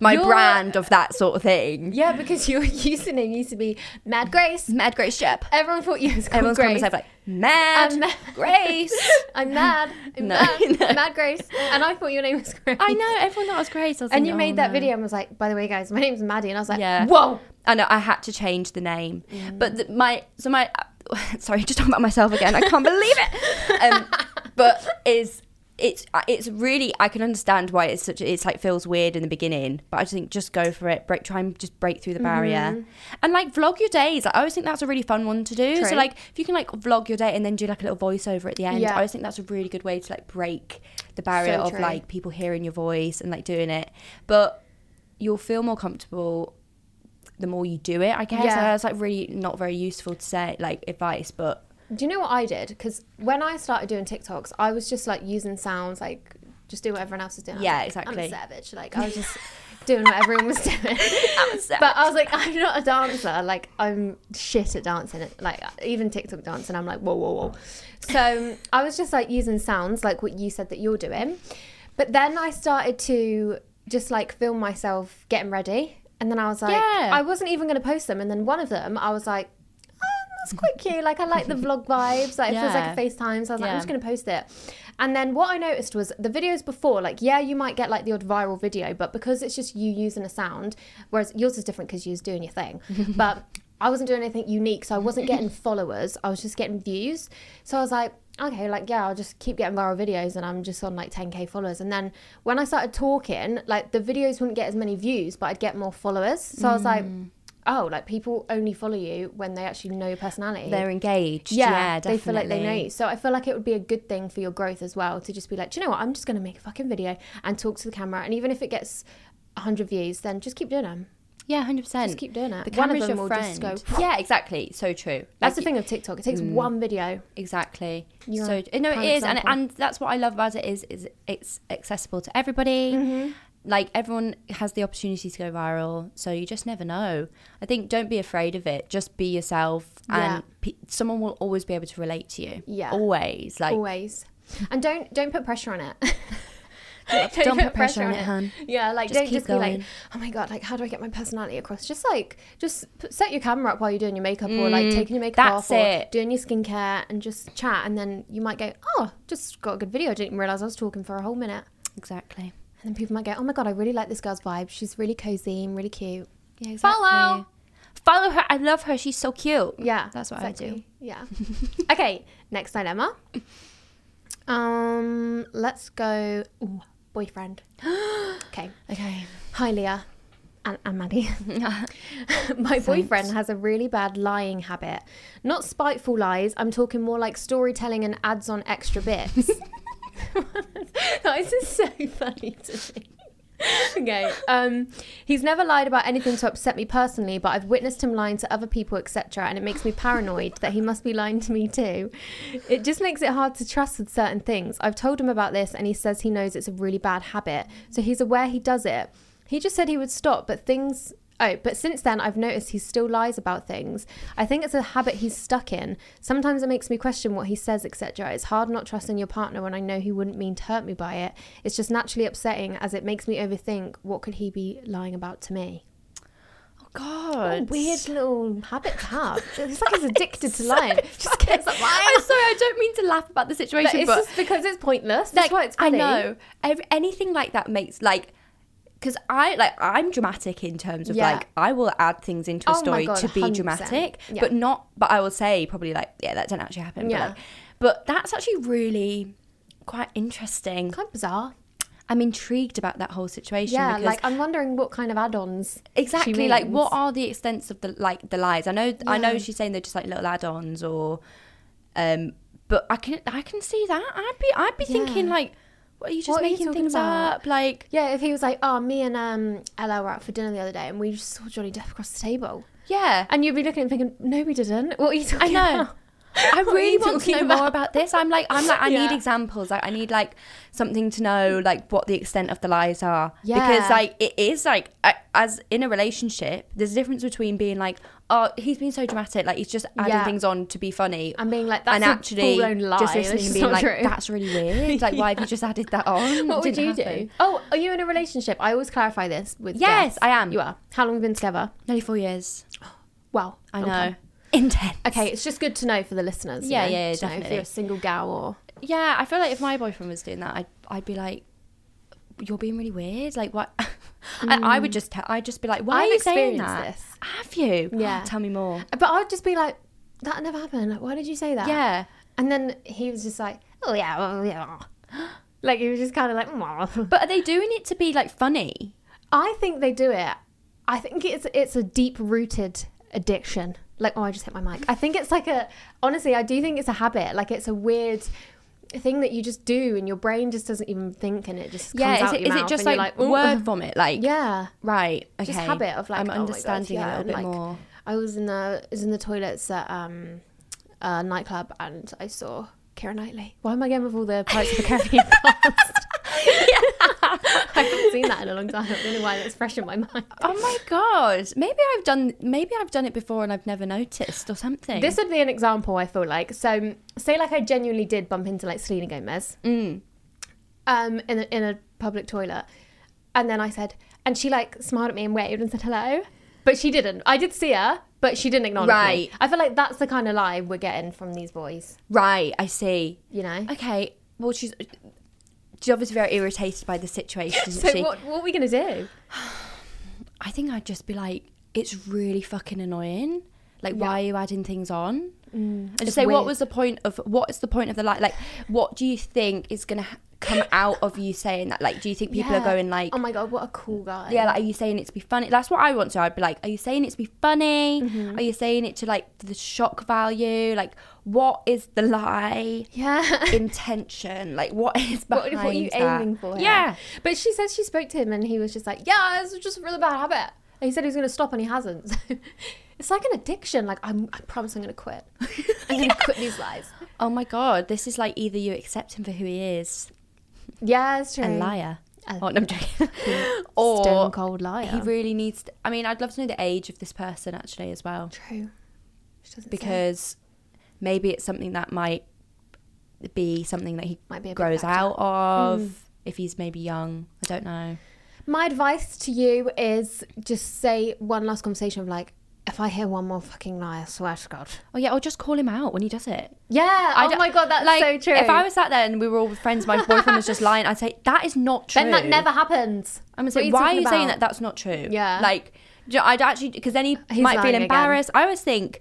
Speaker 3: my
Speaker 2: You're-
Speaker 3: brand of that sort of thing.
Speaker 2: Yeah, because your username used to be Mad Grace.
Speaker 3: Mad Grace Shep.
Speaker 2: Everyone thought you was called
Speaker 3: Everyone's calling
Speaker 2: Grace.
Speaker 3: myself like Mad
Speaker 2: I'm Mad-
Speaker 3: Grace.
Speaker 2: I'm mad. I'm
Speaker 3: No,
Speaker 2: mad.
Speaker 3: no.
Speaker 2: Mad Grace. And I thought your name was Grace.
Speaker 3: I know everyone thought I was Grace. I was
Speaker 2: And
Speaker 3: like,
Speaker 2: you
Speaker 3: "Oh,
Speaker 2: made that
Speaker 3: no."
Speaker 2: video and was like, by the way, guys, my name's Maddie. And I was like,
Speaker 3: Yeah.
Speaker 2: whoa. Mm.
Speaker 3: I know I had to change the name, but the, my so my sorry, just talking about myself again. I can't believe it. Um, but is it's uh, it's really I can understand why it's such it's like feels weird in the beginning, but I just think just go for it. Break try and just break through the barrier,
Speaker 2: Mm-hmm.
Speaker 3: and like vlog your days. Like, I always think that's a really fun one to do. So
Speaker 2: True.
Speaker 3: like if you can like vlog your day and then do like a little voiceover at the end,
Speaker 2: Yeah.
Speaker 3: I always think that's a really good way to like break the barrier
Speaker 2: So
Speaker 3: of
Speaker 2: true.
Speaker 3: like people hearing your voice and like doing it. But you'll feel more comfortable the more you do it, I guess.
Speaker 2: Yeah.
Speaker 3: Yeah. It's like really not very useful to say like advice, but
Speaker 2: Do you know what I did? Because when I started doing TikToks, I was just like using sounds, like just do what everyone else is doing. I was
Speaker 3: Yeah,
Speaker 2: like,
Speaker 3: exactly.
Speaker 2: I'm a savage. Like I was just doing what everyone was doing.
Speaker 3: savage.
Speaker 2: But I was like, I'm not a dancer. Like I'm shit at dancing. Like even TikTok dancing, I'm like, whoa, whoa, whoa. So um, I was just like using sounds, like what you said that you're doing. But then I started to just like film myself getting ready. And then I was like,
Speaker 3: Yeah.
Speaker 2: I wasn't even going to post them. And then one of them, I was like, "Ah, that's quite cute. Like I like the vlog vibes. Like it feels
Speaker 3: Yeah.
Speaker 2: like a FaceTime. So I was like,
Speaker 3: Yeah.
Speaker 2: I'm just gonna post it. And then what I noticed was the videos before, like, yeah, you might get like the odd viral video, but because it's just you using a sound, whereas yours is different because you're just doing your thing. but I wasn't doing anything unique, so I wasn't getting followers. I was just getting views. So I was like, okay, like yeah, I'll just keep getting viral videos, and I'm just on like 10k followers. And then when I started talking, like the videos wouldn't get as many views, but I'd get more followers. So I was like.
Speaker 3: Mm.
Speaker 2: Oh, like people only follow you when they actually know your personality
Speaker 3: they're engaged. Yeah,
Speaker 2: yeah, they feel like they know
Speaker 3: definitely.
Speaker 2: you. So I feel like it would be a good thing for your growth as well to just be like, Do you know what? I'm just going to make a fucking video and talk to the camera. And even if it gets 100 views, then just keep doing them.
Speaker 3: Yeah, hundred percent.
Speaker 2: Just keep doing it.
Speaker 3: The
Speaker 2: One of
Speaker 3: camera's
Speaker 2: them
Speaker 3: your
Speaker 2: will just
Speaker 3: friend.
Speaker 2: go-
Speaker 3: Yeah, exactly. So true.
Speaker 2: That's
Speaker 3: Like, mm.
Speaker 2: the thing of TikTok. It takes one video.
Speaker 3: Exactly.
Speaker 2: You're
Speaker 3: so
Speaker 2: a
Speaker 3: no, it
Speaker 2: prime
Speaker 3: is, and
Speaker 2: example.
Speaker 3: and that's what I love about it is is it's accessible to everybody.
Speaker 2: Mm-hmm.
Speaker 3: Like everyone has the opportunity to go viral, so you just never know. I think don't be afraid of it. Just be yourself,
Speaker 2: Yeah.
Speaker 3: and pe- someone will always be able to relate to you.
Speaker 2: Yeah.
Speaker 3: always. Like
Speaker 2: Always. And don't don't put pressure on it.
Speaker 3: Don't
Speaker 2: put
Speaker 3: put pressure on it, hun.
Speaker 2: Yeah, like
Speaker 3: Just
Speaker 2: don't
Speaker 3: keep
Speaker 2: just be like,
Speaker 3: going.
Speaker 2: oh my god, like how do I get my personality across? Just like, just p- set your camera up while you're doing your makeup or like taking your makeup
Speaker 3: Mm, that's
Speaker 2: off or
Speaker 3: it.
Speaker 2: doing your skincare and just chat, and then you might go, oh, just got a good video. I didn't even realize I was talking for a whole minute.
Speaker 3: Exactly.
Speaker 2: And then people might go, oh my god, I really like this girl's vibe. She's really cozy and really cute.
Speaker 3: Yeah,
Speaker 2: exactly.
Speaker 3: Follow. Follow her. I love her. She's so cute.
Speaker 2: Yeah,
Speaker 3: That's what I do.
Speaker 2: Yeah. okay, next dilemma. Um, let's go. Ooh, boyfriend. okay.
Speaker 3: Okay.
Speaker 2: Hi, Leah. And, and Maddie. My boyfriend has a really bad lying habit. Not spiteful lies, I'm talking more like storytelling and adds on extra bits. That is so funny to me. okay. Um, he's never lied about anything to upset me personally, but I've witnessed him lying to other people, etc., and it makes me paranoid that he must be lying to me too. It just makes it hard to trust with certain things. I've told him about this, and he says he knows it's a really bad habit, so he's aware he does it. He just said he would stop, but things. Oh, but since then, I've noticed he still lies about things. I think it's a habit he's stuck in. Sometimes it makes me question what he says, etc. It's hard not trusting your partner when I know he wouldn't mean to hurt me by it. It's just naturally upsetting as it makes me overthink what could he be lying about to me.
Speaker 3: Oh, God.
Speaker 2: Weird little habit to have. It's like he's addicted to lying. Just gets up lying.
Speaker 3: I'm sorry, I don't mean to laugh about the
Speaker 2: But
Speaker 3: situation,
Speaker 2: it's
Speaker 3: but,
Speaker 2: just because it's pointless. That's why it's funny.
Speaker 3: I know Ev- anything like that makes like because I like I'm dramatic in terms of
Speaker 2: Yeah.
Speaker 3: like I will add things into a
Speaker 2: Oh my
Speaker 3: story
Speaker 2: God,
Speaker 3: to be
Speaker 2: 100%.
Speaker 3: dramatic,
Speaker 2: Yeah.
Speaker 3: but not. But I will say probably like yeah that didn't actually happen.
Speaker 2: Yeah.
Speaker 3: But, like, but that's actually really quite interesting.
Speaker 2: Kind of bizarre.
Speaker 3: I'm intrigued about that whole situation.
Speaker 2: Yeah,
Speaker 3: because
Speaker 2: like I'm wondering what kind of add-ons. she
Speaker 3: exactly like what
Speaker 2: means.
Speaker 3: are the extents of the like the lies i know i know she's saying they're just like little add-ons or um but i can i can see that i'd be i'd be thinking
Speaker 2: Yeah.
Speaker 3: like what are you just
Speaker 2: What are you
Speaker 3: making
Speaker 2: talking
Speaker 3: things
Speaker 2: about?
Speaker 3: up like
Speaker 2: Yeah, if he was like, "Oh, me and um Ella were out for dinner the other day, and we just saw Johnny Depp across the table,"
Speaker 3: yeah
Speaker 2: and you'd be looking and thinking, "No, we didn't. What are you
Speaker 3: i
Speaker 2: talking
Speaker 3: know
Speaker 2: about?"
Speaker 3: i
Speaker 2: What are
Speaker 3: really
Speaker 2: you
Speaker 3: want to
Speaker 2: talking
Speaker 3: know more about this i'm like i'm like i need
Speaker 2: Yeah.
Speaker 3: examples like i need like something to know like what the extent of the lies are because
Speaker 2: Yeah.
Speaker 3: like it is like I, as in a relationship there's a difference between being like oh he's been so dramatic like he's just adding
Speaker 2: Yeah.
Speaker 3: things on to be funny
Speaker 2: And being like, "That's
Speaker 3: and actually
Speaker 2: full-blown lie.
Speaker 3: just listening
Speaker 2: That's
Speaker 3: and
Speaker 2: just
Speaker 3: being
Speaker 2: not
Speaker 3: like,
Speaker 2: true."
Speaker 3: "That's really weird. Like, why have you just added that on?
Speaker 2: What would
Speaker 3: Didn't
Speaker 2: you
Speaker 3: happen."
Speaker 2: do? Oh, are you in a relationship? I always clarify this with
Speaker 3: Yes,
Speaker 2: girls.
Speaker 3: I am.
Speaker 2: You are. How long have you been together?
Speaker 3: Nearly four years.
Speaker 2: Wow,
Speaker 3: I
Speaker 2: long
Speaker 3: know.
Speaker 2: time.
Speaker 3: Intense.
Speaker 2: Okay, it's just good to know for the listeners. you
Speaker 3: Yeah,
Speaker 2: know,
Speaker 3: yeah,
Speaker 2: to know If
Speaker 3: definitely.
Speaker 2: you're a single gal or
Speaker 3: Yeah, I feel like if my boyfriend was doing that, I'd I'd be like, "You're being really weird. Like, what?" I, I would just te- I'd just be like, "Why
Speaker 2: Mm. I've
Speaker 3: are you saying
Speaker 2: experienced
Speaker 3: that?
Speaker 2: this.
Speaker 3: Have you?
Speaker 2: Yeah.
Speaker 3: Tell me more.
Speaker 2: But I would just be like, "That never happened. Like, why did you say that?"
Speaker 3: Yeah.
Speaker 2: And then he was just like, "Oh yeah, well, yeah." Like he was just kind of like, "Mwah."
Speaker 3: But are they doing it to be like funny?
Speaker 2: I think they do it. I think it's it's a deep rooted addiction. Like, oh, I just hit my mic. I think it's like a honestly, I do think it's a habit. Like, it's a weird thing that you just do, and your brain just doesn't even think, and it just
Speaker 3: Yeah.
Speaker 2: Comes
Speaker 3: is
Speaker 2: out
Speaker 3: it,
Speaker 2: your
Speaker 3: is it
Speaker 2: mouth
Speaker 3: just
Speaker 2: and
Speaker 3: like,
Speaker 2: you're "Ooh."
Speaker 3: word vomit? Like,
Speaker 2: Yeah.
Speaker 3: Right. Okay.
Speaker 2: Just habit of like
Speaker 3: I'm
Speaker 2: oh my God,
Speaker 3: understanding
Speaker 2: yeah,
Speaker 3: a
Speaker 2: and,
Speaker 3: little bit
Speaker 2: like,
Speaker 3: more.
Speaker 2: I was in the I was in the toilets at um a nightclub and I saw Kira Knightley. Why am I getting with all the Pirates of the Caribbean cast? I haven't seen that in a long time. I don't know why that's fresh in my mind.
Speaker 3: Oh my god! Maybe I've done maybe I've done it before and I've never noticed or something.
Speaker 2: This would be an example, I feel like. So, say like I genuinely did bump into like Selena Gomez,
Speaker 3: Mm.
Speaker 2: um, in a, in a public toilet, and then I said, and she like smiled at me and waved and said hello, but she didn't. I did see her, but she didn't acknowledge me.
Speaker 3: Right.
Speaker 2: I feel like that's the kind of lie we're getting from these boys,
Speaker 3: right, I see.
Speaker 2: you know.
Speaker 3: Okay, well she's she's obviously very irritated by the situation, isn't
Speaker 2: So
Speaker 3: she?
Speaker 2: what what are we gonna do?
Speaker 3: I think I'd just be like, it's really fucking annoying. Like, why are you adding things on? Mm, and just say, what
Speaker 2: weird.
Speaker 3: was the point of what is the point of the lie? Like, what do you think is gonna ha- come out of you saying that? Like, do you think people are
Speaker 2: Yeah.
Speaker 3: going like,
Speaker 2: oh my god, what a cool guy.
Speaker 3: Yeah, like, are you saying it to be funny? That's what I want to. I'd be like, are you saying it to be funny?
Speaker 2: Mm-hmm.
Speaker 3: Are you saying it to like the shock value? Like, what is the lie
Speaker 2: yeah.
Speaker 3: intention? Like, what is
Speaker 2: What,
Speaker 3: behind
Speaker 2: what are you
Speaker 3: that?
Speaker 2: aiming for? here?
Speaker 3: Yeah,
Speaker 2: But she says she spoke to him and he was just like, yeah, it's just a really bad habit. And he said he was going to stop and he hasn't. So it's like an addiction. Like, I'm, I promise I'm going to quit. I'm going to quit these lies.
Speaker 3: Oh my god, this is like either you accept him for who he is,
Speaker 2: Yeah, it's true.
Speaker 3: a liar.
Speaker 2: A-
Speaker 3: oh, no, I'm joking. or
Speaker 2: Stone cold liar.
Speaker 3: he really needs. To, I mean, I'd love to know the age of this person actually as well,
Speaker 2: true. She doesn't say.
Speaker 3: because maybe it's something that might be something that he
Speaker 2: Might be a big
Speaker 3: grows
Speaker 2: factor. Mm.
Speaker 3: out of. if he's maybe young. I don't know.
Speaker 2: My advice to you is just say one last conversation of like, if I hear one more fucking lie, I swear to God.
Speaker 3: Oh yeah, or just call him out when he does it.
Speaker 2: Yeah.
Speaker 3: I
Speaker 2: oh
Speaker 3: don't-
Speaker 2: my God, that's
Speaker 3: like,
Speaker 2: so true.
Speaker 3: If I was sat there and we were all friends, my boyfriend was just lying, I'd say that is not true.
Speaker 2: then that never happens.
Speaker 3: I'm gonna
Speaker 2: What
Speaker 3: say, why are
Speaker 2: talking
Speaker 3: you saying
Speaker 2: about?
Speaker 3: that? That's not true.
Speaker 2: Yeah.
Speaker 3: Like, do you- I'd actually because then he
Speaker 2: He's
Speaker 3: might
Speaker 2: lying
Speaker 3: feel
Speaker 2: again.
Speaker 3: embarrassed. I always think,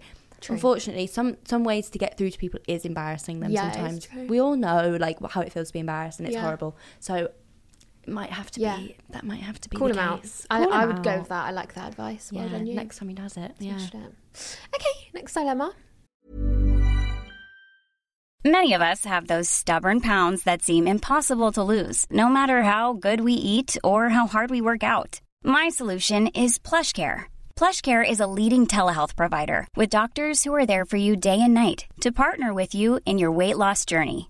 Speaker 3: unfortunately, some some ways to get through to people is embarrassing them
Speaker 2: Yeah, it's
Speaker 3: sometimes.
Speaker 2: true.
Speaker 3: We all know like how it feels to be embarrassed, and it's
Speaker 2: Yeah.
Speaker 3: horrible. So. It might have to
Speaker 2: Yeah.
Speaker 3: be that might have to be
Speaker 2: Call
Speaker 3: the
Speaker 2: him out.
Speaker 3: case.
Speaker 2: I,
Speaker 3: Call
Speaker 2: I
Speaker 3: him
Speaker 2: would go
Speaker 3: out.
Speaker 2: with that. I like that advice.
Speaker 3: yeah
Speaker 2: well done you.
Speaker 3: next time he does it yeah
Speaker 2: Smashed it. Okay, next dilemma.
Speaker 4: Many of us have those stubborn pounds that seem impossible to lose, no matter how good we eat or how hard we work out. My solution is PlushCare. PlushCare is a leading telehealth provider with doctors who are there for you day and night to partner with you in your weight loss journey.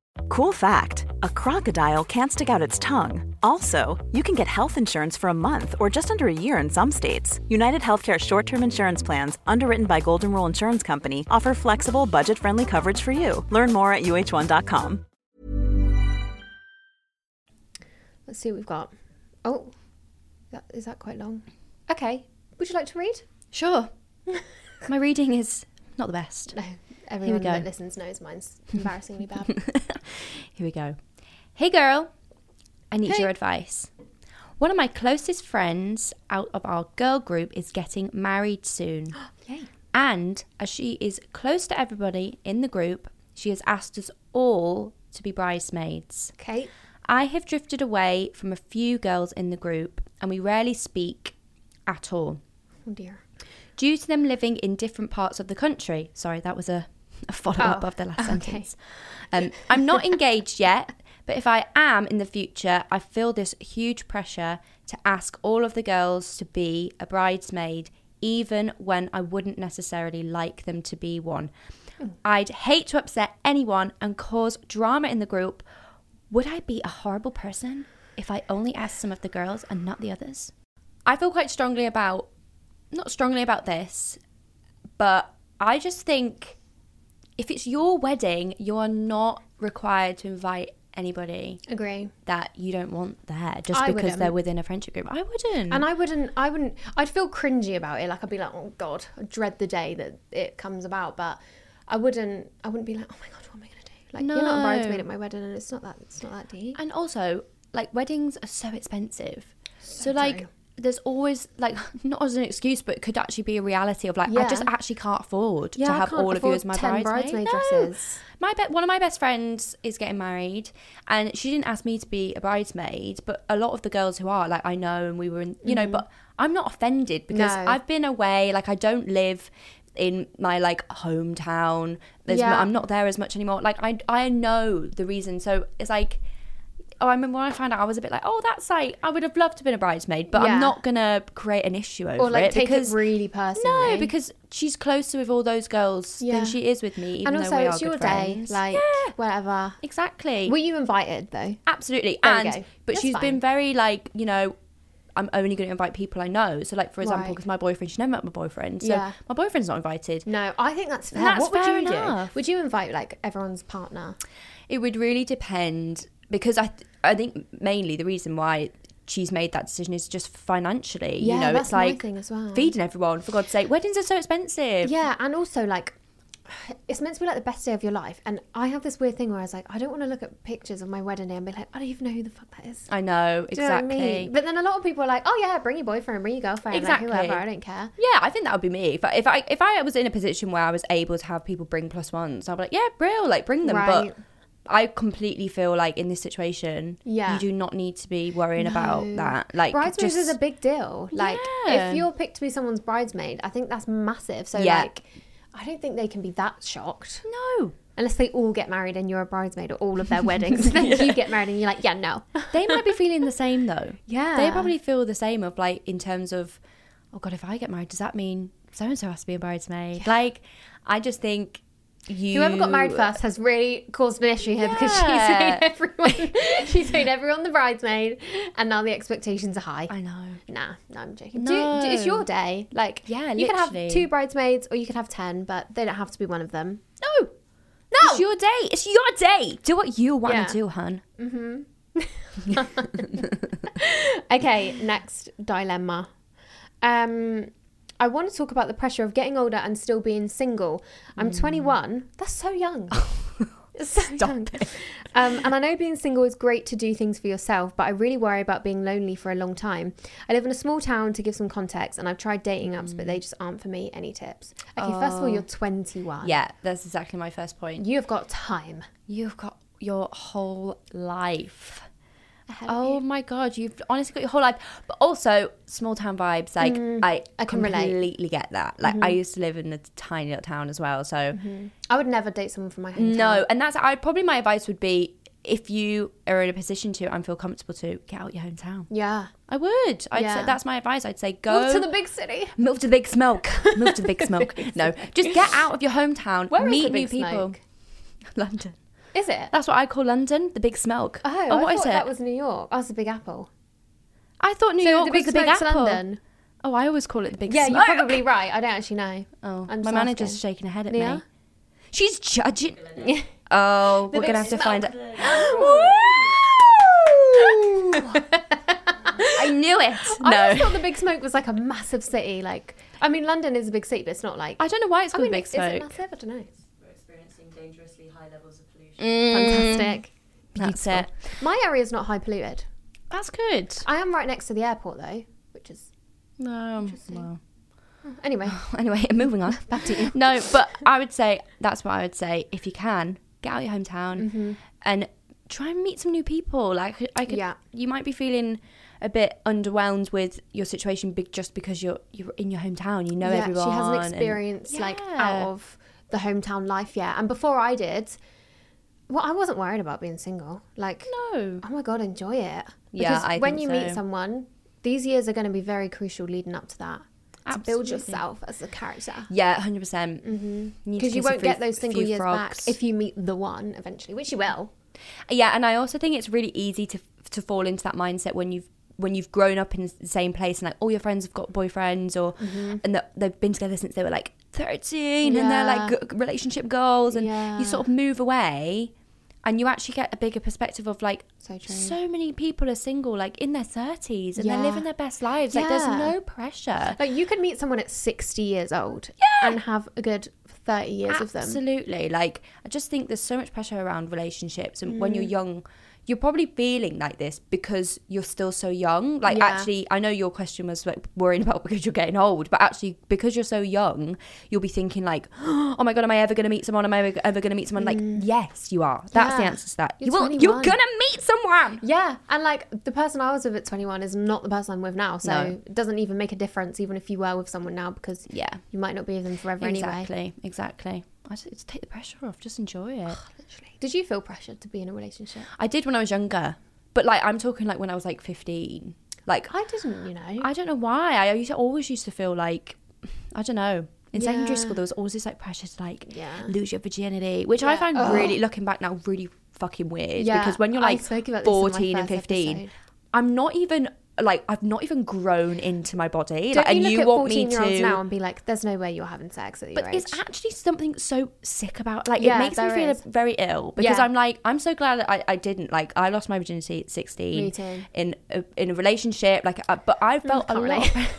Speaker 5: Cool fact a crocodile can't stick out its tongue. Also, you can get health insurance for a month or just under a year in some states. United Healthcare short term insurance plans, underwritten by Golden Rule Insurance Company, offer flexible, budget friendly coverage for you. Learn more at uh1.com.
Speaker 2: Let's see what we've got. Oh, that, is that quite long? Okay. Would you like to read?
Speaker 3: sure my reading is not the best
Speaker 2: No. Everyone
Speaker 3: go.
Speaker 2: that listens knows mine's embarrassingly bad.
Speaker 3: Here we go. Hey, girl, I need
Speaker 2: Hey.
Speaker 3: your advice. One of my closest friends out of our girl group is getting married soon.
Speaker 2: Yay.
Speaker 3: And as she is close to everybody in the group, she has asked us all to be bridesmaids.
Speaker 2: Okay.
Speaker 3: I have drifted away from a few girls in the group and we rarely speak at all
Speaker 2: Oh dear.
Speaker 3: due to them living in different parts of the country. Sorry, that was a, a follow up
Speaker 2: Oh,
Speaker 3: of the last
Speaker 2: okay.
Speaker 3: sentence. Um, I'm not engaged yet, but if I am in the future, I feel this huge pressure to ask all of the girls to be a bridesmaid, even when I wouldn't necessarily like them to be one.
Speaker 2: Hmm.
Speaker 3: I'd hate to upset anyone and cause drama in the group. Would I be a horrible person if I only asked some of the girls and not the others? I feel quite strongly about not strongly about this, but I just think if it's your wedding, you're not required to invite anybody
Speaker 2: Agree.
Speaker 3: that you don't want there just
Speaker 2: I
Speaker 3: because they're
Speaker 2: wouldn't.
Speaker 3: within a friendship group. I wouldn't.
Speaker 2: And I wouldn't, I wouldn't, I'd feel cringy about it. Like I'd be like, oh God, I dread the day that it comes about. But I wouldn't, I wouldn't be like, oh my God, what am I going to do? Like, you're not a
Speaker 3: No.
Speaker 2: bridesmaid at my wedding and it's not that, it's not that deep.
Speaker 3: And also, like weddings are so expensive. So, like there's always like not as an excuse, but it could actually be a reality of like I
Speaker 2: Yeah.
Speaker 3: just actually can't afford
Speaker 2: Yeah,
Speaker 3: to
Speaker 2: I
Speaker 3: have
Speaker 2: can't
Speaker 3: all of you
Speaker 2: afford
Speaker 3: as my
Speaker 2: 10 bridesmaid
Speaker 3: bridesmaid.
Speaker 2: dresses.
Speaker 3: My be- one of my best friends is getting married, and she didn't ask me to be a bridesmaid, but a lot of the girls who are like I know, and we were in, you know, but I'm not offended because
Speaker 2: Mm-hmm. No.
Speaker 3: I've been away, like I don't live in my like hometown. There's
Speaker 2: Yeah.
Speaker 3: I'm not there as much anymore. Like I I know the reason, so it's like. Oh, I remember when I found out, I was a bit like, "Oh, that's like I would have loved to have been a bridesmaid, but
Speaker 2: Yeah.
Speaker 3: I'm not gonna create an issue over
Speaker 2: or like
Speaker 3: it
Speaker 2: take
Speaker 3: because
Speaker 2: it really personally.
Speaker 3: no, because she's closer with all those girls
Speaker 2: Yeah.
Speaker 3: than she is with me. Even
Speaker 2: and
Speaker 3: though
Speaker 2: also
Speaker 3: we
Speaker 2: it's
Speaker 3: are
Speaker 2: your
Speaker 3: good
Speaker 2: day,
Speaker 3: friends.
Speaker 2: like whatever.
Speaker 3: exactly.
Speaker 2: Were you invited though?
Speaker 3: Absolutely.
Speaker 2: There you
Speaker 3: and
Speaker 2: go.
Speaker 3: but
Speaker 2: That's
Speaker 3: she's
Speaker 2: fine.
Speaker 3: been very like, you know, I'm only going to invite people I know. So like for example,
Speaker 2: Right.
Speaker 3: because my boyfriend, she never met my boyfriend, so
Speaker 2: Yeah.
Speaker 3: my boyfriend's not invited.
Speaker 2: No, I think that's fair.
Speaker 3: That's
Speaker 2: what would
Speaker 3: fair
Speaker 2: you
Speaker 3: enough.
Speaker 2: do? Would you invite like everyone's partner?
Speaker 3: It would really depend because I th- I think mainly the reason why she's made that decision is just financially.
Speaker 2: Yeah,
Speaker 3: you know,
Speaker 2: that's
Speaker 3: it's
Speaker 2: my
Speaker 3: like
Speaker 2: thing as well.
Speaker 3: feeding everyone for God's sake. Weddings are so expensive.
Speaker 2: Yeah, and also like it's meant to be like the best day of your life. And I have this weird thing where I was like, I don't want to look at pictures of my wedding day and be like, I don't even know who the fuck that is.
Speaker 3: I know
Speaker 2: Do you know what I
Speaker 3: exactly.
Speaker 2: mean? But then a lot of people are like, oh yeah, bring your boyfriend, bring your girlfriend, exactly.
Speaker 3: Exactly.
Speaker 2: whoever, I don't care.
Speaker 3: Yeah, I think that would be me. If I, if I if I was in a position where I was able to have people bring plus ones, I'd be like, yeah, real, like bring them.
Speaker 2: Right.
Speaker 3: But I completely feel like in this situation,
Speaker 2: Yeah.
Speaker 3: you do not need to be worrying about that. Like
Speaker 2: Bridesmaids
Speaker 3: just-
Speaker 2: is a big deal. Like,
Speaker 3: Yeah.
Speaker 2: if you're picked to be someone's bridesmaid, I think that's massive. So,
Speaker 3: Yeah.
Speaker 2: like, I don't think they can be that shocked
Speaker 3: no.
Speaker 2: unless they all get married and you're a bridesmaid at all of their weddings. then you get married and you're like, yeah, no.
Speaker 3: They might be feeling the same though.
Speaker 2: Yeah.
Speaker 3: they probably feel the same of like in terms of, oh god, if I get married, does that mean so and so has to be a bridesmaid? Like, I just think you
Speaker 2: Whoever got married first has really caused an issue here because she's
Speaker 3: Yeah.
Speaker 2: made everyone she's made everyone the bridesmaid, and now the expectations are high.
Speaker 3: I know.
Speaker 2: Nah, no, I'm joking. Do, do, it's your day. Like,
Speaker 3: Yeah,
Speaker 2: you could
Speaker 3: literally.
Speaker 2: have two bridesmaids or you could have ten, but they don't have to be one of them.
Speaker 3: No. No. It's your day. It's your day. Do what you want
Speaker 2: Yeah.
Speaker 3: to do, hun.
Speaker 2: Okay, next dilemma. Um, I want to talk about the pressure of getting older and still being single.
Speaker 3: Hmm.
Speaker 2: I'm 21. That's so young. It's so young. Um, and I know being single is great to do things for yourself, but I really worry about being lonely for a long time. I live in a small town to give some context, and I've tried dating apps, but they
Speaker 3: Hmm.
Speaker 2: just aren't for me. Any tips? Okay, first of all, you're 21.
Speaker 3: Oh. Yeah, that's exactly my first point.
Speaker 2: You've got time.
Speaker 3: You've got your whole life. Oh my god, you've honestly got your whole life. But also small town vibes. Like Mm. I, Mm-hmm.
Speaker 2: I can relate.
Speaker 3: completely get that. Like I used to live in a tiny little town as well. So
Speaker 2: I would never date someone from my hometown.
Speaker 3: no, and that's I probably my advice would be if you are in a position to and feel comfortable to get out your hometown.
Speaker 2: Yeah.
Speaker 3: I would. I'd
Speaker 2: Yeah.
Speaker 3: say that's my advice. I'd say go
Speaker 2: Move to the big city.
Speaker 3: Move to the big smoke. Move to the big smoke. No, just get out of your hometown.
Speaker 2: Where is
Speaker 3: meet
Speaker 2: the big
Speaker 3: new people.
Speaker 2: smoke?
Speaker 3: London.
Speaker 2: Is it?
Speaker 3: That's what I call London, the big smoke.
Speaker 2: Oh,
Speaker 3: Or
Speaker 2: I
Speaker 3: what is
Speaker 2: thought
Speaker 3: it?
Speaker 2: that was New York. Oh, it's the Big Apple.
Speaker 3: I thought New
Speaker 2: So
Speaker 3: York
Speaker 2: the Big
Speaker 3: was the big
Speaker 2: Smoke's
Speaker 3: apple.
Speaker 2: London.
Speaker 3: Oh, I always call it the big
Speaker 2: Yeah,
Speaker 3: smoke.
Speaker 2: you're probably right. I don't actually know.
Speaker 3: Oh,
Speaker 2: I'm
Speaker 3: my
Speaker 2: just
Speaker 3: manager's
Speaker 2: asking.
Speaker 3: shaking her head at
Speaker 2: Yeah?
Speaker 3: me. She's judging. Oh, we're
Speaker 2: big
Speaker 3: gonna have to find out.
Speaker 2: smoke.
Speaker 3: I knew it. No,
Speaker 2: I always thought the Big Smoke was like a massive city. Like, I mean, London is a big city, but it's not like.
Speaker 3: I don't know why it's
Speaker 2: I
Speaker 3: called
Speaker 2: mean,
Speaker 3: big
Speaker 2: is
Speaker 3: smoke.
Speaker 2: it massive? I don't know.
Speaker 3: Mm,
Speaker 2: Fantastic.
Speaker 3: That's it.
Speaker 2: My area is not high polluted.
Speaker 3: That's good.
Speaker 2: I am right next to the airport though, which is
Speaker 3: No. um, Well.
Speaker 2: anyway.
Speaker 3: Oh. anyway, moving on. Back to you. No, but I would say that's what I would say. If you can, get out of your hometown
Speaker 2: Mm-hmm.
Speaker 3: and try and meet some new people. Like I could,
Speaker 2: Yeah.
Speaker 3: you might be feeling a bit underwhelmed with your situation be- just because you're you're in your hometown. You know
Speaker 2: yeah,
Speaker 3: everyone.
Speaker 2: she hasn't
Speaker 3: and-
Speaker 2: experienced like
Speaker 3: Yeah.
Speaker 2: out of the hometown life yet. And before I did, well, I wasn't worried about being single. Like,
Speaker 3: No.
Speaker 2: oh my god, enjoy it.
Speaker 3: Yeah,
Speaker 2: Because
Speaker 3: I
Speaker 2: when
Speaker 3: think
Speaker 2: you meet
Speaker 3: so.
Speaker 2: someone, these years are going to be very crucial leading up to that. To build
Speaker 3: Absolutely.
Speaker 2: yourself as a character.
Speaker 3: Yeah, hundred percent.
Speaker 2: Because Mm-hmm. you won't get those single years back if you meet the one eventually, which you will.
Speaker 3: Yeah, and I also think it's really easy to to fall into that mindset when you've when you've grown up in the same place and like all your friends have got boyfriends or
Speaker 2: Mm-hmm.
Speaker 3: and that they've been together since they were like 13 and they're
Speaker 2: Yeah.
Speaker 3: like g- relationship goals and
Speaker 2: Yeah.
Speaker 3: you sort of move away and you actually get a bigger perspective of like
Speaker 2: So true.
Speaker 3: many people are single like in their 30s and
Speaker 2: Yeah.
Speaker 3: they're living their best lives like there's
Speaker 2: Yeah.
Speaker 3: no pressure
Speaker 2: Like you could meet someone at 60 years old and have a good 30 years of them.
Speaker 3: Absolutely. Like, I just think there's so much pressure around relationships. And when you're
Speaker 2: Mm.
Speaker 3: young, you're probably feeling like this because you're still so young. Like,
Speaker 2: Yeah.
Speaker 3: actually, I know your question was like worrying about because you're getting old, but actually, because you're so young, you'll be thinking, like, oh my God, am I ever going to meet someone? Am I ever, ever going to meet someone? Like, yes, you are. That's the
Speaker 2: Mm. Yeah.
Speaker 3: answer to that.
Speaker 2: You're
Speaker 3: you will,
Speaker 2: 21.
Speaker 3: you're going to meet someone.
Speaker 2: Yeah, and like the person I was with at 21 is not the person I'm with now, so
Speaker 3: No.
Speaker 2: it doesn't even make a difference even if you were with someone now because
Speaker 3: Yeah.
Speaker 2: you might not be with them forever
Speaker 3: Exactly.
Speaker 2: anyway.
Speaker 3: Exactly. I just, it's take the pressure off. Just enjoy it.
Speaker 2: Literally. Did you feel pressured to be in a relationship?
Speaker 3: I did when I was younger, but like, I'm talking like when I was like 15. Like,
Speaker 2: I didn't, you know.
Speaker 3: I don't know why. I used to, always used to feel like, I don't know. In secondary
Speaker 2: Yeah.
Speaker 3: school, there was always this like pressure to like
Speaker 2: Yeah.
Speaker 3: lose your virginity, which I find really looking back now really fucking weird.
Speaker 2: Yeah,
Speaker 3: Because when you're
Speaker 2: I
Speaker 3: like
Speaker 2: spoke about this in my
Speaker 3: fourteen and
Speaker 2: first
Speaker 3: fifteen,
Speaker 2: episode.
Speaker 3: I'm not even like I've not even grown into my body,
Speaker 2: Don't you
Speaker 3: like, and
Speaker 2: look
Speaker 3: you
Speaker 2: at
Speaker 3: want me
Speaker 2: 14 year olds
Speaker 3: to.
Speaker 2: now and be like, there's no way you're having sex at your
Speaker 3: but
Speaker 2: age.
Speaker 3: it's actually something so sick about like
Speaker 2: Yeah,
Speaker 3: it makes me
Speaker 2: there
Speaker 3: feel
Speaker 2: is.
Speaker 3: very ill because
Speaker 2: Yeah.
Speaker 3: I'm like I'm so glad that I, I didn't like I lost my virginity at 16
Speaker 2: Me too. Mm,
Speaker 3: in a, in a relationship like uh, but I felt a
Speaker 2: can't
Speaker 3: lot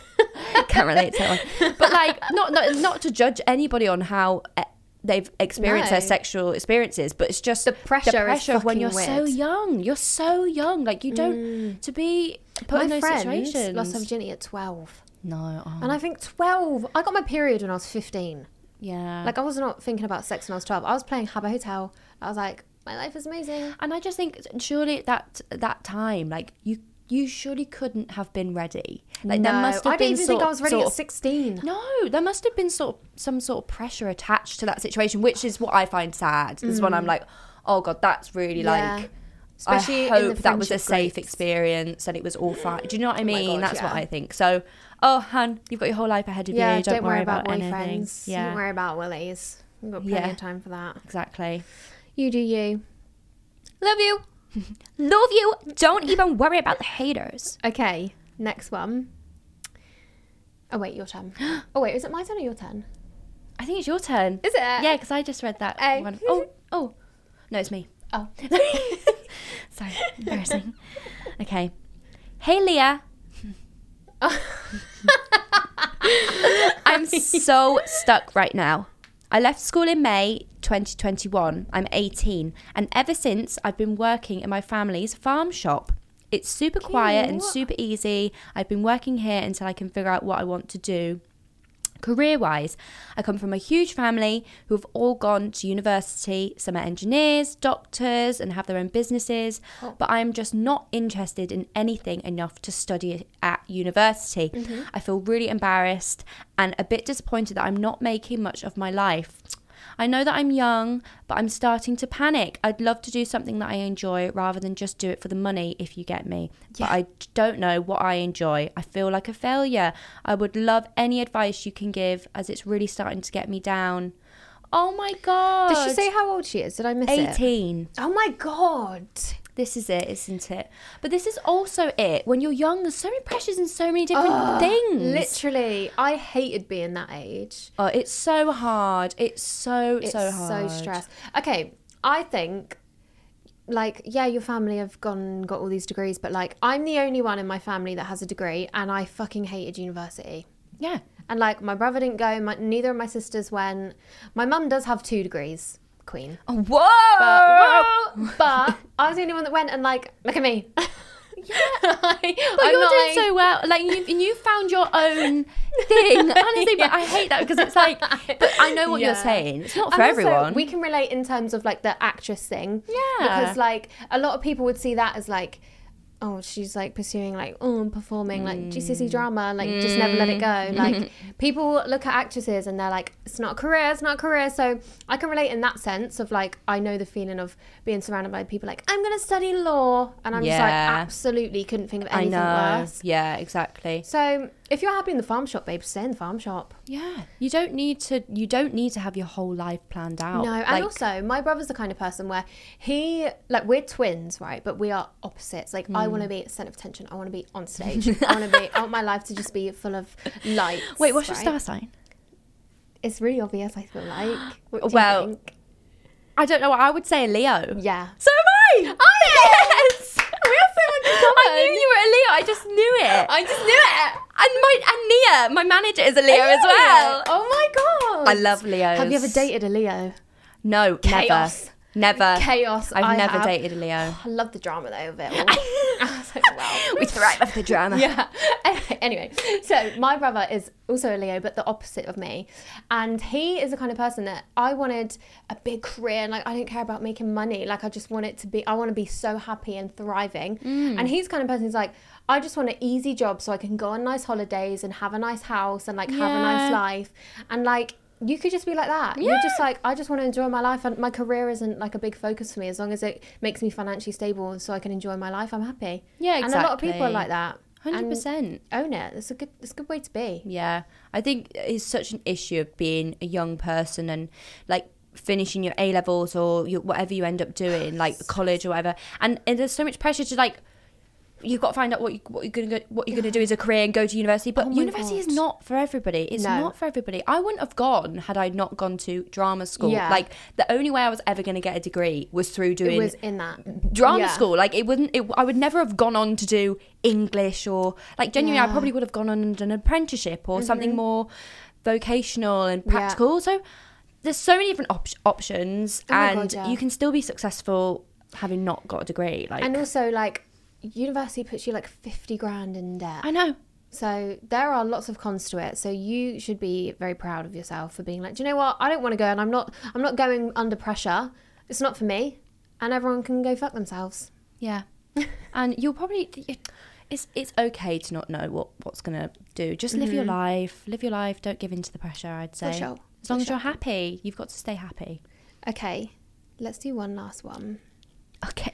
Speaker 3: can't relate to that one but like not, not not to judge anybody on how eh, they've experienced their
Speaker 2: No.
Speaker 3: sexual experiences but it's just
Speaker 2: The pressure is
Speaker 3: of when
Speaker 2: fucking
Speaker 3: you're so
Speaker 2: weird. Mm.
Speaker 3: young you're so young like you don't to be put in
Speaker 2: my
Speaker 3: those
Speaker 2: friend
Speaker 3: situations
Speaker 2: lost her virginity at 12.
Speaker 3: no oh,
Speaker 2: And I think 12, I got my period when I was 15.
Speaker 3: yeah
Speaker 2: Like, I was not thinking about sex when I was 12. I was playing Habba Hotel. I was like, my life is amazing.
Speaker 3: And I just think surely at that that time, like you you surely couldn't have been ready. Like there
Speaker 2: No,
Speaker 3: must have
Speaker 2: I
Speaker 3: been
Speaker 2: didn't even
Speaker 3: sort,
Speaker 2: think I was ready
Speaker 3: sort
Speaker 2: at
Speaker 3: of-
Speaker 2: 16.
Speaker 3: No, there must have been sort of some sort of pressure attached to that situation, which is what I find sad. Is when I'm like, oh god, that's really
Speaker 2: Mm. Yeah.
Speaker 3: like.
Speaker 2: Especially in
Speaker 3: I
Speaker 2: the
Speaker 3: hope that was a
Speaker 2: friendship
Speaker 3: safe
Speaker 2: groups. Oh
Speaker 3: experience and it was all fine. Do you know what I mean?
Speaker 2: God,
Speaker 3: That's what
Speaker 2: yeah.
Speaker 3: I think. So, oh, hun, you've got your whole life ahead of
Speaker 2: Yeah,
Speaker 3: you.
Speaker 2: don't, worry, about,
Speaker 3: anything.
Speaker 2: boyfriends.
Speaker 3: Yeah,
Speaker 2: Don't worry about willies. We've got plenty
Speaker 3: Yeah.
Speaker 2: of time for that.
Speaker 3: exactly.
Speaker 2: You do you. Love you.
Speaker 3: Love you. Don't even worry about the haters.
Speaker 2: Okay, next one. Oh, wait, your turn. Oh, wait, is it my turn or your turn?
Speaker 3: I think it's your turn.
Speaker 2: Is it?
Speaker 3: Yeah, because I just read that
Speaker 2: Hey.
Speaker 3: one. Oh, oh. No, it's me.
Speaker 2: Oh.
Speaker 3: Sorry, embarrassing. Okay. Hey, Leah. I'm so stuck right now. I left school in May 2021. I'm 18, and ever since I've been working in my family's farm shop. It's super quiet and super easy. I've been working here until I can figure out what I want to do career wise. I come from a huge family who have all gone to university. Some are engineers, doctors, and have their own businesses. But I am just not interested in anything enough to study at university. I feel really embarrassed and a bit disappointed that I'm not making much of my life. I know that I'm young, but I'm starting to panic. I'd love to do something that I enjoy rather than just do it for the money, if you get me. But I don't know what I enjoy. I feel like a failure. I would love any advice you can give as it's really starting to get me down. Oh my God.
Speaker 2: Did she say how old she is? Did I miss it?
Speaker 3: 18?
Speaker 2: Oh my god.
Speaker 3: This is it, isn't it? But this is also it. When you're young, there's so many pressures and so many different things.
Speaker 2: Literally, I hated being that age.
Speaker 3: Oh, it's so hard. It's so,
Speaker 2: It's
Speaker 3: so hard.
Speaker 2: stressed. Okay, I think like yeah, your family have gone got all these degrees, but like I'm the only one in my family that has a degree and I fucking hated university.
Speaker 3: Yeah.
Speaker 2: And like my brother didn't go, my, neither of my sisters went. My mum does have 2 degrees, queen.
Speaker 3: Oh, whoa!
Speaker 2: But, but I was the only one that went and like look at me. yeah.
Speaker 3: But you're doing so well. Like you, and you found your own thing. Honestly, but I hate that because it's like. But I know what you're
Speaker 2: Yeah.
Speaker 3: saying. It's not for
Speaker 2: And also,
Speaker 3: everyone.
Speaker 2: we can relate in terms of like the actress thing.
Speaker 3: Yeah.
Speaker 2: Because like a lot of people would see that as like, oh, she's like pursuing like oh performing like
Speaker 3: Mm.
Speaker 2: GCSE drama and like just never let it go. Like people look at actresses and they're like, it's not a career, it's not a career. So I can relate in that sense of like I know the feeling of being surrounded by people like I'm gonna study law and I'm just
Speaker 3: Yeah.
Speaker 2: like absolutely couldn't think of
Speaker 3: I
Speaker 2: anything
Speaker 3: know.
Speaker 2: worse.
Speaker 3: Yeah, exactly.
Speaker 2: So if you're happy in the farm shop, babe, stay in the farm shop.
Speaker 3: Yeah, you don't need to. You don't need to have your whole life planned out.
Speaker 2: No, and
Speaker 3: Like,
Speaker 2: also my brother's the kind of person where he like we're twins, right? But we are opposites. Like I
Speaker 3: Hmm.
Speaker 2: want to be at centre of attention. I want to be on stage. I want to be. I want my life to just be full of lights.
Speaker 3: Wait, what's your
Speaker 2: right?
Speaker 3: star sign?
Speaker 2: It's really obvious. I feel like. What do you
Speaker 3: Well-
Speaker 2: think?
Speaker 3: I don't know. I would say a Leo.
Speaker 2: yeah.
Speaker 3: So am I. Oh yes. we are so I knew you were a Leo. I just knew it.
Speaker 2: I just knew it.
Speaker 3: and my and Nia, my manager, is a Leo as well.
Speaker 2: Oh my god.
Speaker 3: I love Leos.
Speaker 2: Have you ever dated a Leo?
Speaker 3: No,
Speaker 2: Chaos.
Speaker 3: never. Never.
Speaker 2: Chaos,
Speaker 3: I've
Speaker 2: I
Speaker 3: never
Speaker 2: have.
Speaker 3: dated a Leo.
Speaker 2: I love the drama though of it. All. I was like, wow.
Speaker 3: we thrive off the drama.
Speaker 2: yeah. anyway, so my brother is also a Leo, but the opposite of me. And he is the kind of person that I wanted a big career and like I don't care about making money. Like I just want it to be I want to be so happy and thriving.
Speaker 3: Mm.
Speaker 2: And he's the kind of person who's like, I just want an easy job so I can go on nice holidays and have a nice house and like have a nice
Speaker 3: Yeah.
Speaker 2: life. And like you could just be like that. You're just like, I just want to enjoy my life, and my career isn't like a big focus for me. As long as it makes me financially stable, so I can enjoy my life, I'm happy.
Speaker 3: Yeah,
Speaker 2: And a lot of people are
Speaker 3: exactly.
Speaker 2: like that. And-
Speaker 3: 100%.
Speaker 2: own it. It's a good it's a good way to be.
Speaker 3: Yeah. I think it's such an issue of being a young person and like finishing your A levels or your, whatever you end up doing, like college or whatever. And, and there's so much pressure to like you've got to find out what you what you're gonna go, what you're gonna do as a career and go to university. But
Speaker 2: Oh my
Speaker 3: university is
Speaker 2: God.
Speaker 3: not for everybody. It's
Speaker 2: No.
Speaker 3: not for everybody. I wouldn't have gone had I not gone to drama school.
Speaker 2: Yeah.
Speaker 3: Like the only way I was ever gonna get a degree was through doing
Speaker 2: It was in that
Speaker 3: drama
Speaker 2: Yeah.
Speaker 3: school. Like it wouldn't. It, I would never have gone on to do English or like genuinely. I
Speaker 2: Yeah. Mm-hmm.
Speaker 3: probably would have gone on and done an apprenticeship or something more vocational and practical. So there's so many different op- options,
Speaker 2: Oh my
Speaker 3: and
Speaker 2: God, yeah.
Speaker 3: you can still be successful having not got a degree. Like
Speaker 2: And also, like, university puts you like 50 grand in debt.
Speaker 3: I know.
Speaker 2: So there are lots of cons to it. So you should be very proud of yourself for being like, do you know what? I don't want to go, and I'm not. I'm not going under pressure. It's not for me, and everyone can go fuck themselves.
Speaker 3: Yeah, and you'll probably it's it's okay to not know what what's gonna do. Just live your life, live your life. Don't give in to the pressure. I'd say
Speaker 2: Mm-hmm. sure.
Speaker 3: as long as you're happy, you've got to stay happy.
Speaker 2: Okay, let's do one last one.
Speaker 3: Okay.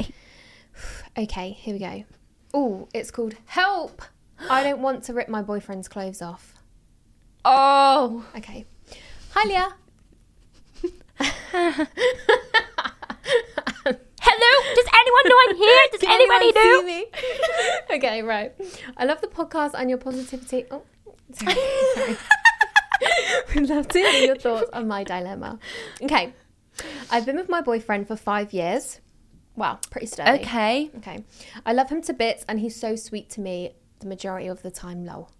Speaker 2: Okay, here we go. Oh, it's called help. I don't want to rip my boyfriend's clothes off.
Speaker 3: Oh,
Speaker 2: Okay. Hi, Leah.
Speaker 3: hello. Does anyone know I'm here? Does anybody know?
Speaker 2: okay, right. I love the podcast and your positivity. Oh, sorry. sorry. We'd love to hear your thoughts on my dilemma. Okay. I've been with my boyfriend for five years. Wow, pretty steady.
Speaker 3: Okay.
Speaker 2: Okay. I love him to bits and he's so sweet to me the majority of the time, lol.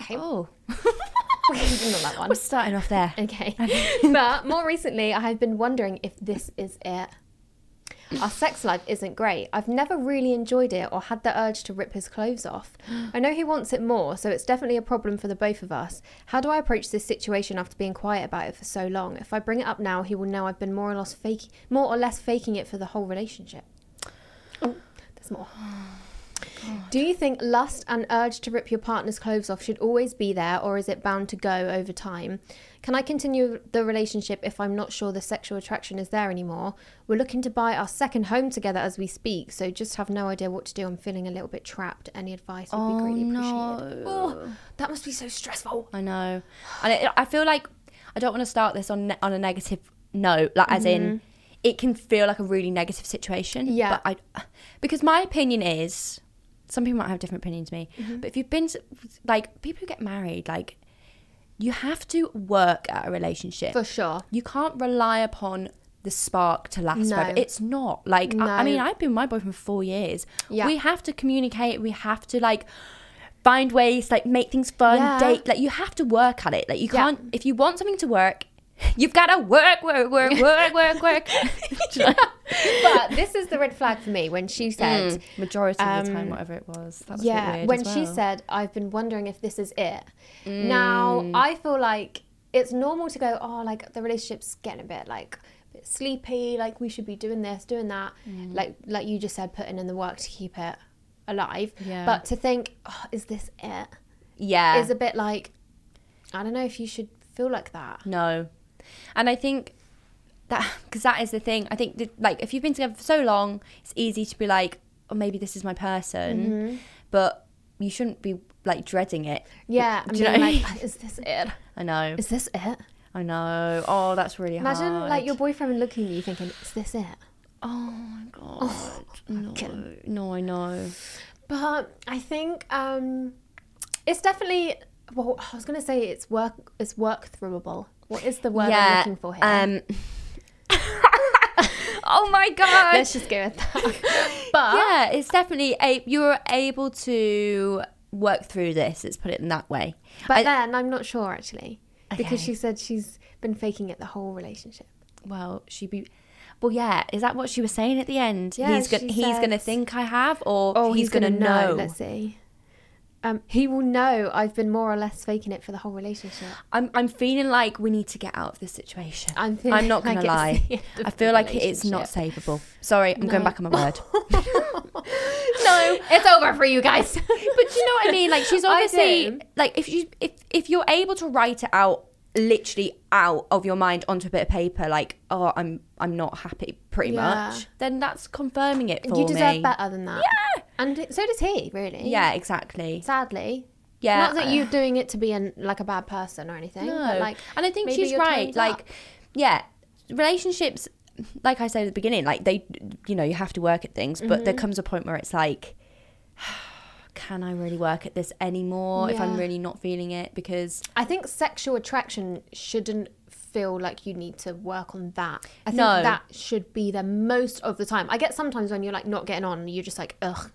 Speaker 2: Okay.
Speaker 3: Oh,
Speaker 2: Not that one.
Speaker 3: we're starting off there.
Speaker 2: Okay. but more recently, I have been wondering if this is it. Our sex life isn't great. I've never really enjoyed it or had the urge to rip his clothes off. I know he wants it more, so it's definitely a problem for the both of us. How do I approach this situation after being quiet about it for so long? If I bring it up now, he will know I've been more or less faking, more or less faking it for the whole relationship. Oh, there's more. Do you think lust and urge to rip your partner's clothes off should always be there, or is it bound to go over time? Can I continue the relationship if I'm not sure the sexual attraction is there anymore? We're looking to buy our second home together as we speak, so just have no idea what to do. I'm feeling a little bit trapped. Any advice would be greatly appreciated. Oh, that must be so stressful.
Speaker 3: I know, and it, I feel like I don't want to start this on ne- on a negative note, like as in it can feel like a really negative situation.
Speaker 2: Mm-hmm. Yeah.
Speaker 3: but I because my opinion is some people might have different opinions to me,
Speaker 2: Mm-hmm.
Speaker 3: but if you've been s- like people who get married, like you have to work at a relationship
Speaker 2: For sure.
Speaker 3: You can't rely upon the spark to last
Speaker 2: No.
Speaker 3: forever. It's not like I, I
Speaker 2: No.
Speaker 3: mean I've been with my boyfriend for four years.
Speaker 2: Yeah.
Speaker 3: we have to communicate. We have to like find ways to, like make things fun
Speaker 2: Yeah.
Speaker 3: date like you have to work at it like you
Speaker 2: Yeah.
Speaker 3: can't if you want something to work you've got to work work work work work work Do you know?
Speaker 2: but this is the red flag for me when she said,
Speaker 3: majority of the time whatever it was that was
Speaker 2: yeah
Speaker 3: yeah
Speaker 2: when she said i've been wondering if this is it now
Speaker 3: Mm.
Speaker 2: i feel like it's normal to go oh like the relationship's getting a bit like a bit sleepy like we should be doing this doing that
Speaker 3: Mm.
Speaker 2: like like you just said putting in the work to keep it alive
Speaker 3: Yeah.
Speaker 2: but to think oh, is this it
Speaker 3: yeah
Speaker 2: is a bit like i don't know if you should feel like that
Speaker 3: No. And I think that because that is the thing. I think that, like if you've been together for so long, it's easy to be like, oh, maybe this is my person,
Speaker 2: Mm-hmm.
Speaker 3: but you shouldn't be like dreading it.
Speaker 2: yeah i'm
Speaker 3: Do you know
Speaker 2: being
Speaker 3: what I
Speaker 2: like is this it
Speaker 3: I know.
Speaker 2: is this it
Speaker 3: I know. Oh, that's really
Speaker 2: imagine
Speaker 3: hard.
Speaker 2: like your boyfriend looking at you thinking is this it
Speaker 3: Oh my god.
Speaker 2: Oh,
Speaker 3: no. No, I know.
Speaker 2: But I think um, it's definitely. Well, I was gonna say it's work. It's work throughable. What is the word I'm looking for here?
Speaker 3: Um. oh my god.
Speaker 2: Let's just go with that. but
Speaker 3: yeah, it's definitely a you're able to work through this. Let's put it in that way.
Speaker 2: but
Speaker 3: I-
Speaker 2: then I'm not sure actually because
Speaker 3: Okay.
Speaker 2: she said she's been faking it the whole relationship.
Speaker 3: well she be well yeah is that what she was saying at the end
Speaker 2: Yeah,
Speaker 3: he's gonna
Speaker 2: she
Speaker 3: he's gonna
Speaker 2: says-
Speaker 3: think i have or Oh, he's, gonna, know,
Speaker 2: Let's see. Um, he will know I've been more or less faking it for the whole relationship.
Speaker 3: I'm, I'm feeling like we need to get out of this situation
Speaker 2: I'm feeling
Speaker 3: i'm not gonna
Speaker 2: like it's the
Speaker 3: lie
Speaker 2: end of
Speaker 3: i
Speaker 2: the
Speaker 3: feel like it's not
Speaker 2: relationship.
Speaker 3: savable sorry i'm going
Speaker 2: No.
Speaker 3: back on my word
Speaker 2: No, it's over for you guys. but
Speaker 3: but you know what I mean? Like she's obviously
Speaker 2: do.
Speaker 3: like if you if if you're able to write it out literally out of your mind onto a bit of paper, like oh I'm I'm not happy pretty
Speaker 2: Yeah.
Speaker 3: much, then that's confirming it for
Speaker 2: you deserve
Speaker 3: me.
Speaker 2: better than that. Yeah, and it- so does he. Really.
Speaker 3: Yeah, exactly.
Speaker 2: Sadly.
Speaker 3: Yeah,
Speaker 2: Not that you're doing it to be an, like a bad person or anything.
Speaker 3: No.
Speaker 2: But like,
Speaker 3: and I think
Speaker 2: maybe
Speaker 3: she's
Speaker 2: you're
Speaker 3: right.
Speaker 2: turned
Speaker 3: Like,
Speaker 2: up.
Speaker 3: yeah, relationships,
Speaker 2: Mm-hmm.
Speaker 3: like I said at the beginning, like they, you know, you have to work at things, but there comes a point where it's like, can I really work at this anymore if I'm
Speaker 2: Yeah.
Speaker 3: really not feeling it? Because
Speaker 2: I think sexual attraction shouldn't feel like you need to work on that. I think
Speaker 3: No.
Speaker 2: that should be there most of the time. I get sometimes when you're like not getting on, you're just like, ugh,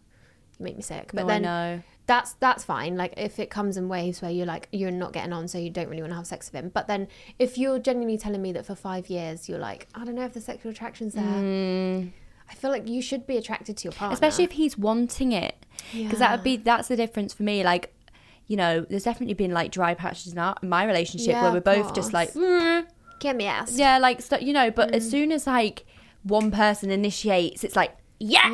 Speaker 2: you make me sick. But
Speaker 3: No, I
Speaker 2: then
Speaker 3: know.
Speaker 2: that's that's fine. Like if it comes in waves where you're like you're not getting on, so you don't really want to have sex with him. But then if you're genuinely telling me that for five years you're like, I don't know if the sexual attraction's there. I feel like you should be attracted to your partner,
Speaker 3: Mm. especially if he's wanting it because that would be that's the difference for me like you know there's definitely been like dry patches in our, my relationship
Speaker 2: Yeah,
Speaker 3: where
Speaker 2: of
Speaker 3: we're both just like
Speaker 2: course. Mm.
Speaker 3: "Mm,
Speaker 2: Get me ass.
Speaker 3: yeah like stu you know but as soon as like one person initiates it's like yes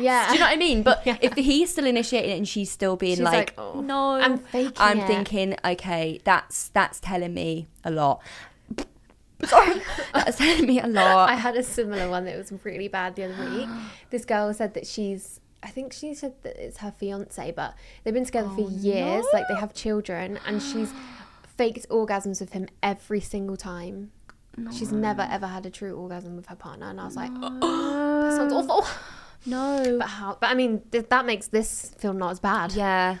Speaker 2: Yeah.
Speaker 3: do you know what i mean but if he's still initiating it and she's still being
Speaker 2: She's
Speaker 3: like,
Speaker 2: like, "Oh,
Speaker 3: no
Speaker 2: I'm faking
Speaker 3: i'm
Speaker 2: it."
Speaker 3: thinking okay that's that's telling me a lot sorry that's telling me a lot
Speaker 2: I had a similar one that was really bad the other week. This girl said that she's, I think she said that it's her fiance, but they've been together
Speaker 3: Oh,
Speaker 2: for years. Like they have children, and she's faked orgasms with him every single time. She's never ever had a true orgasm with her partner, and I was like, oh, that sounds awful.
Speaker 3: no
Speaker 2: But how? But I mean, th- that makes this feel not as bad.
Speaker 3: yeah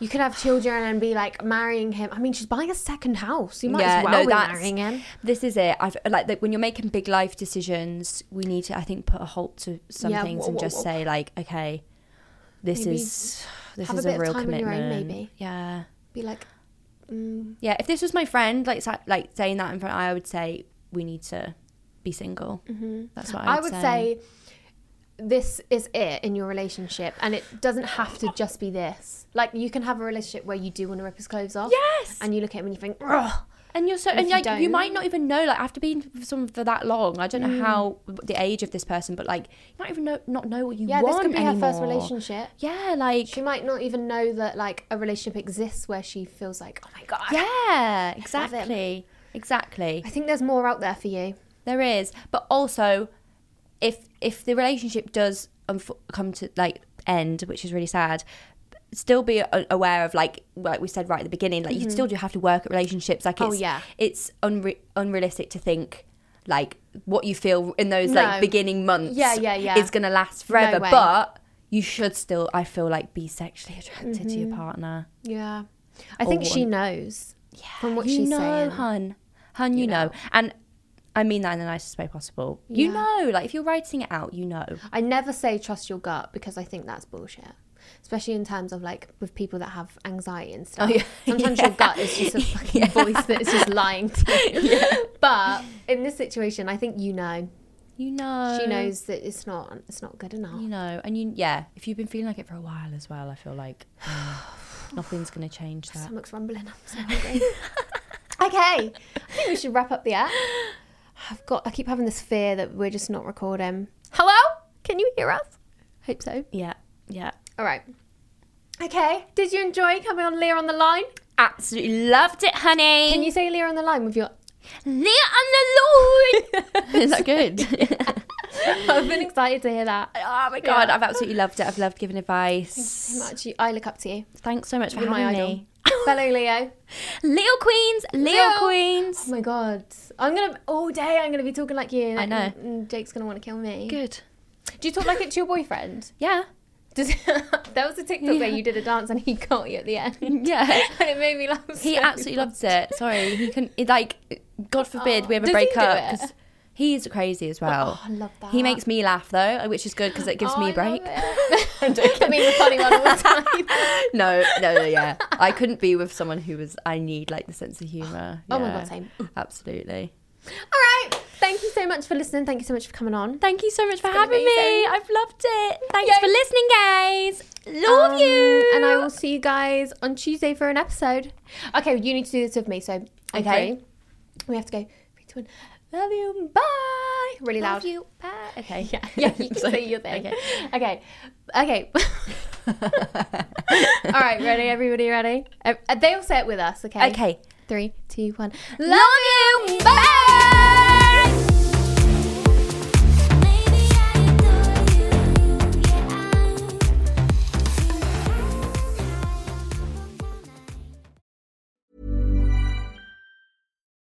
Speaker 2: You could have children and be like marrying him. I mean, she's buying a second house. You might as well be
Speaker 3: that's-
Speaker 2: marrying him.
Speaker 3: This is it. I've like, like when you're making big life decisions, we need to I think put a halt to some
Speaker 2: Yeah,
Speaker 3: things
Speaker 2: whoa,
Speaker 3: and
Speaker 2: whoa,
Speaker 3: just
Speaker 2: whoa.
Speaker 3: say like, okay, this
Speaker 2: Maybe
Speaker 3: is this
Speaker 2: have a
Speaker 3: is
Speaker 2: bit
Speaker 3: a,
Speaker 2: of
Speaker 3: real
Speaker 2: time on your own,
Speaker 3: commitment.
Speaker 2: maybe.
Speaker 3: Yeah,
Speaker 2: Be like,
Speaker 3: yeah. If this was my friend, like sa- like saying that in front, I would say we need to be single. Mm-hmm. That's what I would,
Speaker 2: I would say this is it in your relationship, and it doesn't have to just be this. Like you can have a relationship where you do want to rip his clothes off,
Speaker 3: Yes!
Speaker 2: and you look at him and you think, Ugh.
Speaker 3: And you're so, and
Speaker 2: if you
Speaker 3: like you,
Speaker 2: don't- Mm.
Speaker 3: might not even know. Like after being with someone for that long, I don't know how the age of this person, but like you might even know not know what you
Speaker 2: yeah,
Speaker 3: want
Speaker 2: this could be
Speaker 3: anymore.
Speaker 2: her first relationship.
Speaker 3: Yeah, like
Speaker 2: She might not even know that like a relationship exists where she feels like, oh my god,
Speaker 3: Yeah,
Speaker 2: love him.
Speaker 3: exactly. Exactly.
Speaker 2: I think there's more out there for you.
Speaker 3: There is. But also if if the relationship does unf- come to like end, which is really sad, still be a- aware of like like we said right at the beginning, like you still do have to work at relationships. Like
Speaker 2: Mm-hmm. Oh,
Speaker 3: it's
Speaker 2: yeah.
Speaker 3: it's unre- unrealistic to think like what you feel in those
Speaker 2: No.
Speaker 3: like beginning months
Speaker 2: Yeah, yeah, yeah.
Speaker 3: is going to last forever.
Speaker 2: way.
Speaker 3: but you should still I feel like be sexually attracted to
Speaker 2: Mm-hmm.
Speaker 3: your partner.
Speaker 2: Yeah, I think she knows from what
Speaker 3: Oh, you
Speaker 2: she's
Speaker 3: know,
Speaker 2: saying.
Speaker 3: hun, hun, you, know. and I mean that in the nicest way possible. You know, like if you're writing it out, you know.
Speaker 2: I never say trust your gut because I think that's bullshit. Especially in terms of like with people that have anxiety and stuff.
Speaker 3: Oh, yeah.
Speaker 2: Sometimes
Speaker 3: Yeah.
Speaker 2: your gut is just a fucking voice that is just lying to you. But in this situation, I think you know.
Speaker 3: You know,
Speaker 2: She knows that it's not it's not good enough.
Speaker 3: You know, and you, yeah. If you've been feeling like it for a while as well, I feel like mm, nothing's gonna change that.
Speaker 2: Stomach's rumbling. I'm so hungry. okay, I think we should wrap up the app. I've got. I keep having this fear that we're just not recording. Hello? Can you hear us? Hope so.
Speaker 3: Yeah, yeah.
Speaker 2: All right. Okay. Did you enjoy coming on Lear on the line?
Speaker 3: Absolutely loved it, honey.
Speaker 2: Can you say Lear on the line with your?
Speaker 3: Leah and the Lord? Is that good?
Speaker 2: I've been excited to hear that.
Speaker 3: oh my god, I've absolutely loved it. I've loved giving advice.
Speaker 2: So much. You- I look up to you.
Speaker 3: Thanks so much for
Speaker 2: You're my
Speaker 3: having
Speaker 2: idol.
Speaker 3: me.
Speaker 2: Fellow Leo.
Speaker 3: Leo Queens, Leo,
Speaker 2: Leo.
Speaker 3: Queens.
Speaker 2: Oh my god. I'm gonna all day. I'm gonna be talking like you.
Speaker 3: I know.
Speaker 2: And Jake's gonna want to kill me.
Speaker 3: Good.
Speaker 2: Do you talk like it to your boyfriend?
Speaker 3: Yeah.
Speaker 2: Does, there was a TikTok where you did a dance and he caught you at the end.
Speaker 3: Yeah.
Speaker 2: and it made me laugh.
Speaker 3: He
Speaker 2: so
Speaker 3: absolutely
Speaker 2: much.
Speaker 3: loves it. Sorry, he can. It, like, God forbid we ever
Speaker 2: does he
Speaker 3: break
Speaker 2: do it?
Speaker 3: up because he's crazy as well.
Speaker 2: Oh, I love that.
Speaker 3: He makes me laugh though, which is good because it gives
Speaker 2: Oh,
Speaker 3: me
Speaker 2: I
Speaker 3: a break.
Speaker 2: love it. I mean, the funny one all the time.
Speaker 3: No, no, no, yeah. I couldn't be with someone who was. I need like the sense of humor.
Speaker 2: Oh my
Speaker 3: Yeah,
Speaker 2: God, same.
Speaker 3: Absolutely.
Speaker 2: all right. Thank you so much for listening. Thank you so much for coming on.
Speaker 3: Thank you so much for
Speaker 2: been
Speaker 3: having me.
Speaker 2: amazing.
Speaker 3: I've loved it. Thanks for listening, guys. Love
Speaker 2: Um,
Speaker 3: you.
Speaker 2: And I will see you guys on Tuesday for an episode. Okay, you need to do this with me. So,
Speaker 3: Okay.
Speaker 2: okay. We have to go three, two, one. Love you. Bye. Really loud.
Speaker 3: Love you. Bye. Okay.
Speaker 2: Yeah, yeah, you can say your thing.
Speaker 3: Okay.
Speaker 2: Okay. Okay. All right, ready? Everybody ready? Uh, They all say it with us, okay?
Speaker 3: Okay.
Speaker 2: Three, two, one.
Speaker 3: Love you. Bye.
Speaker 1: Maybe I adore you, yeah.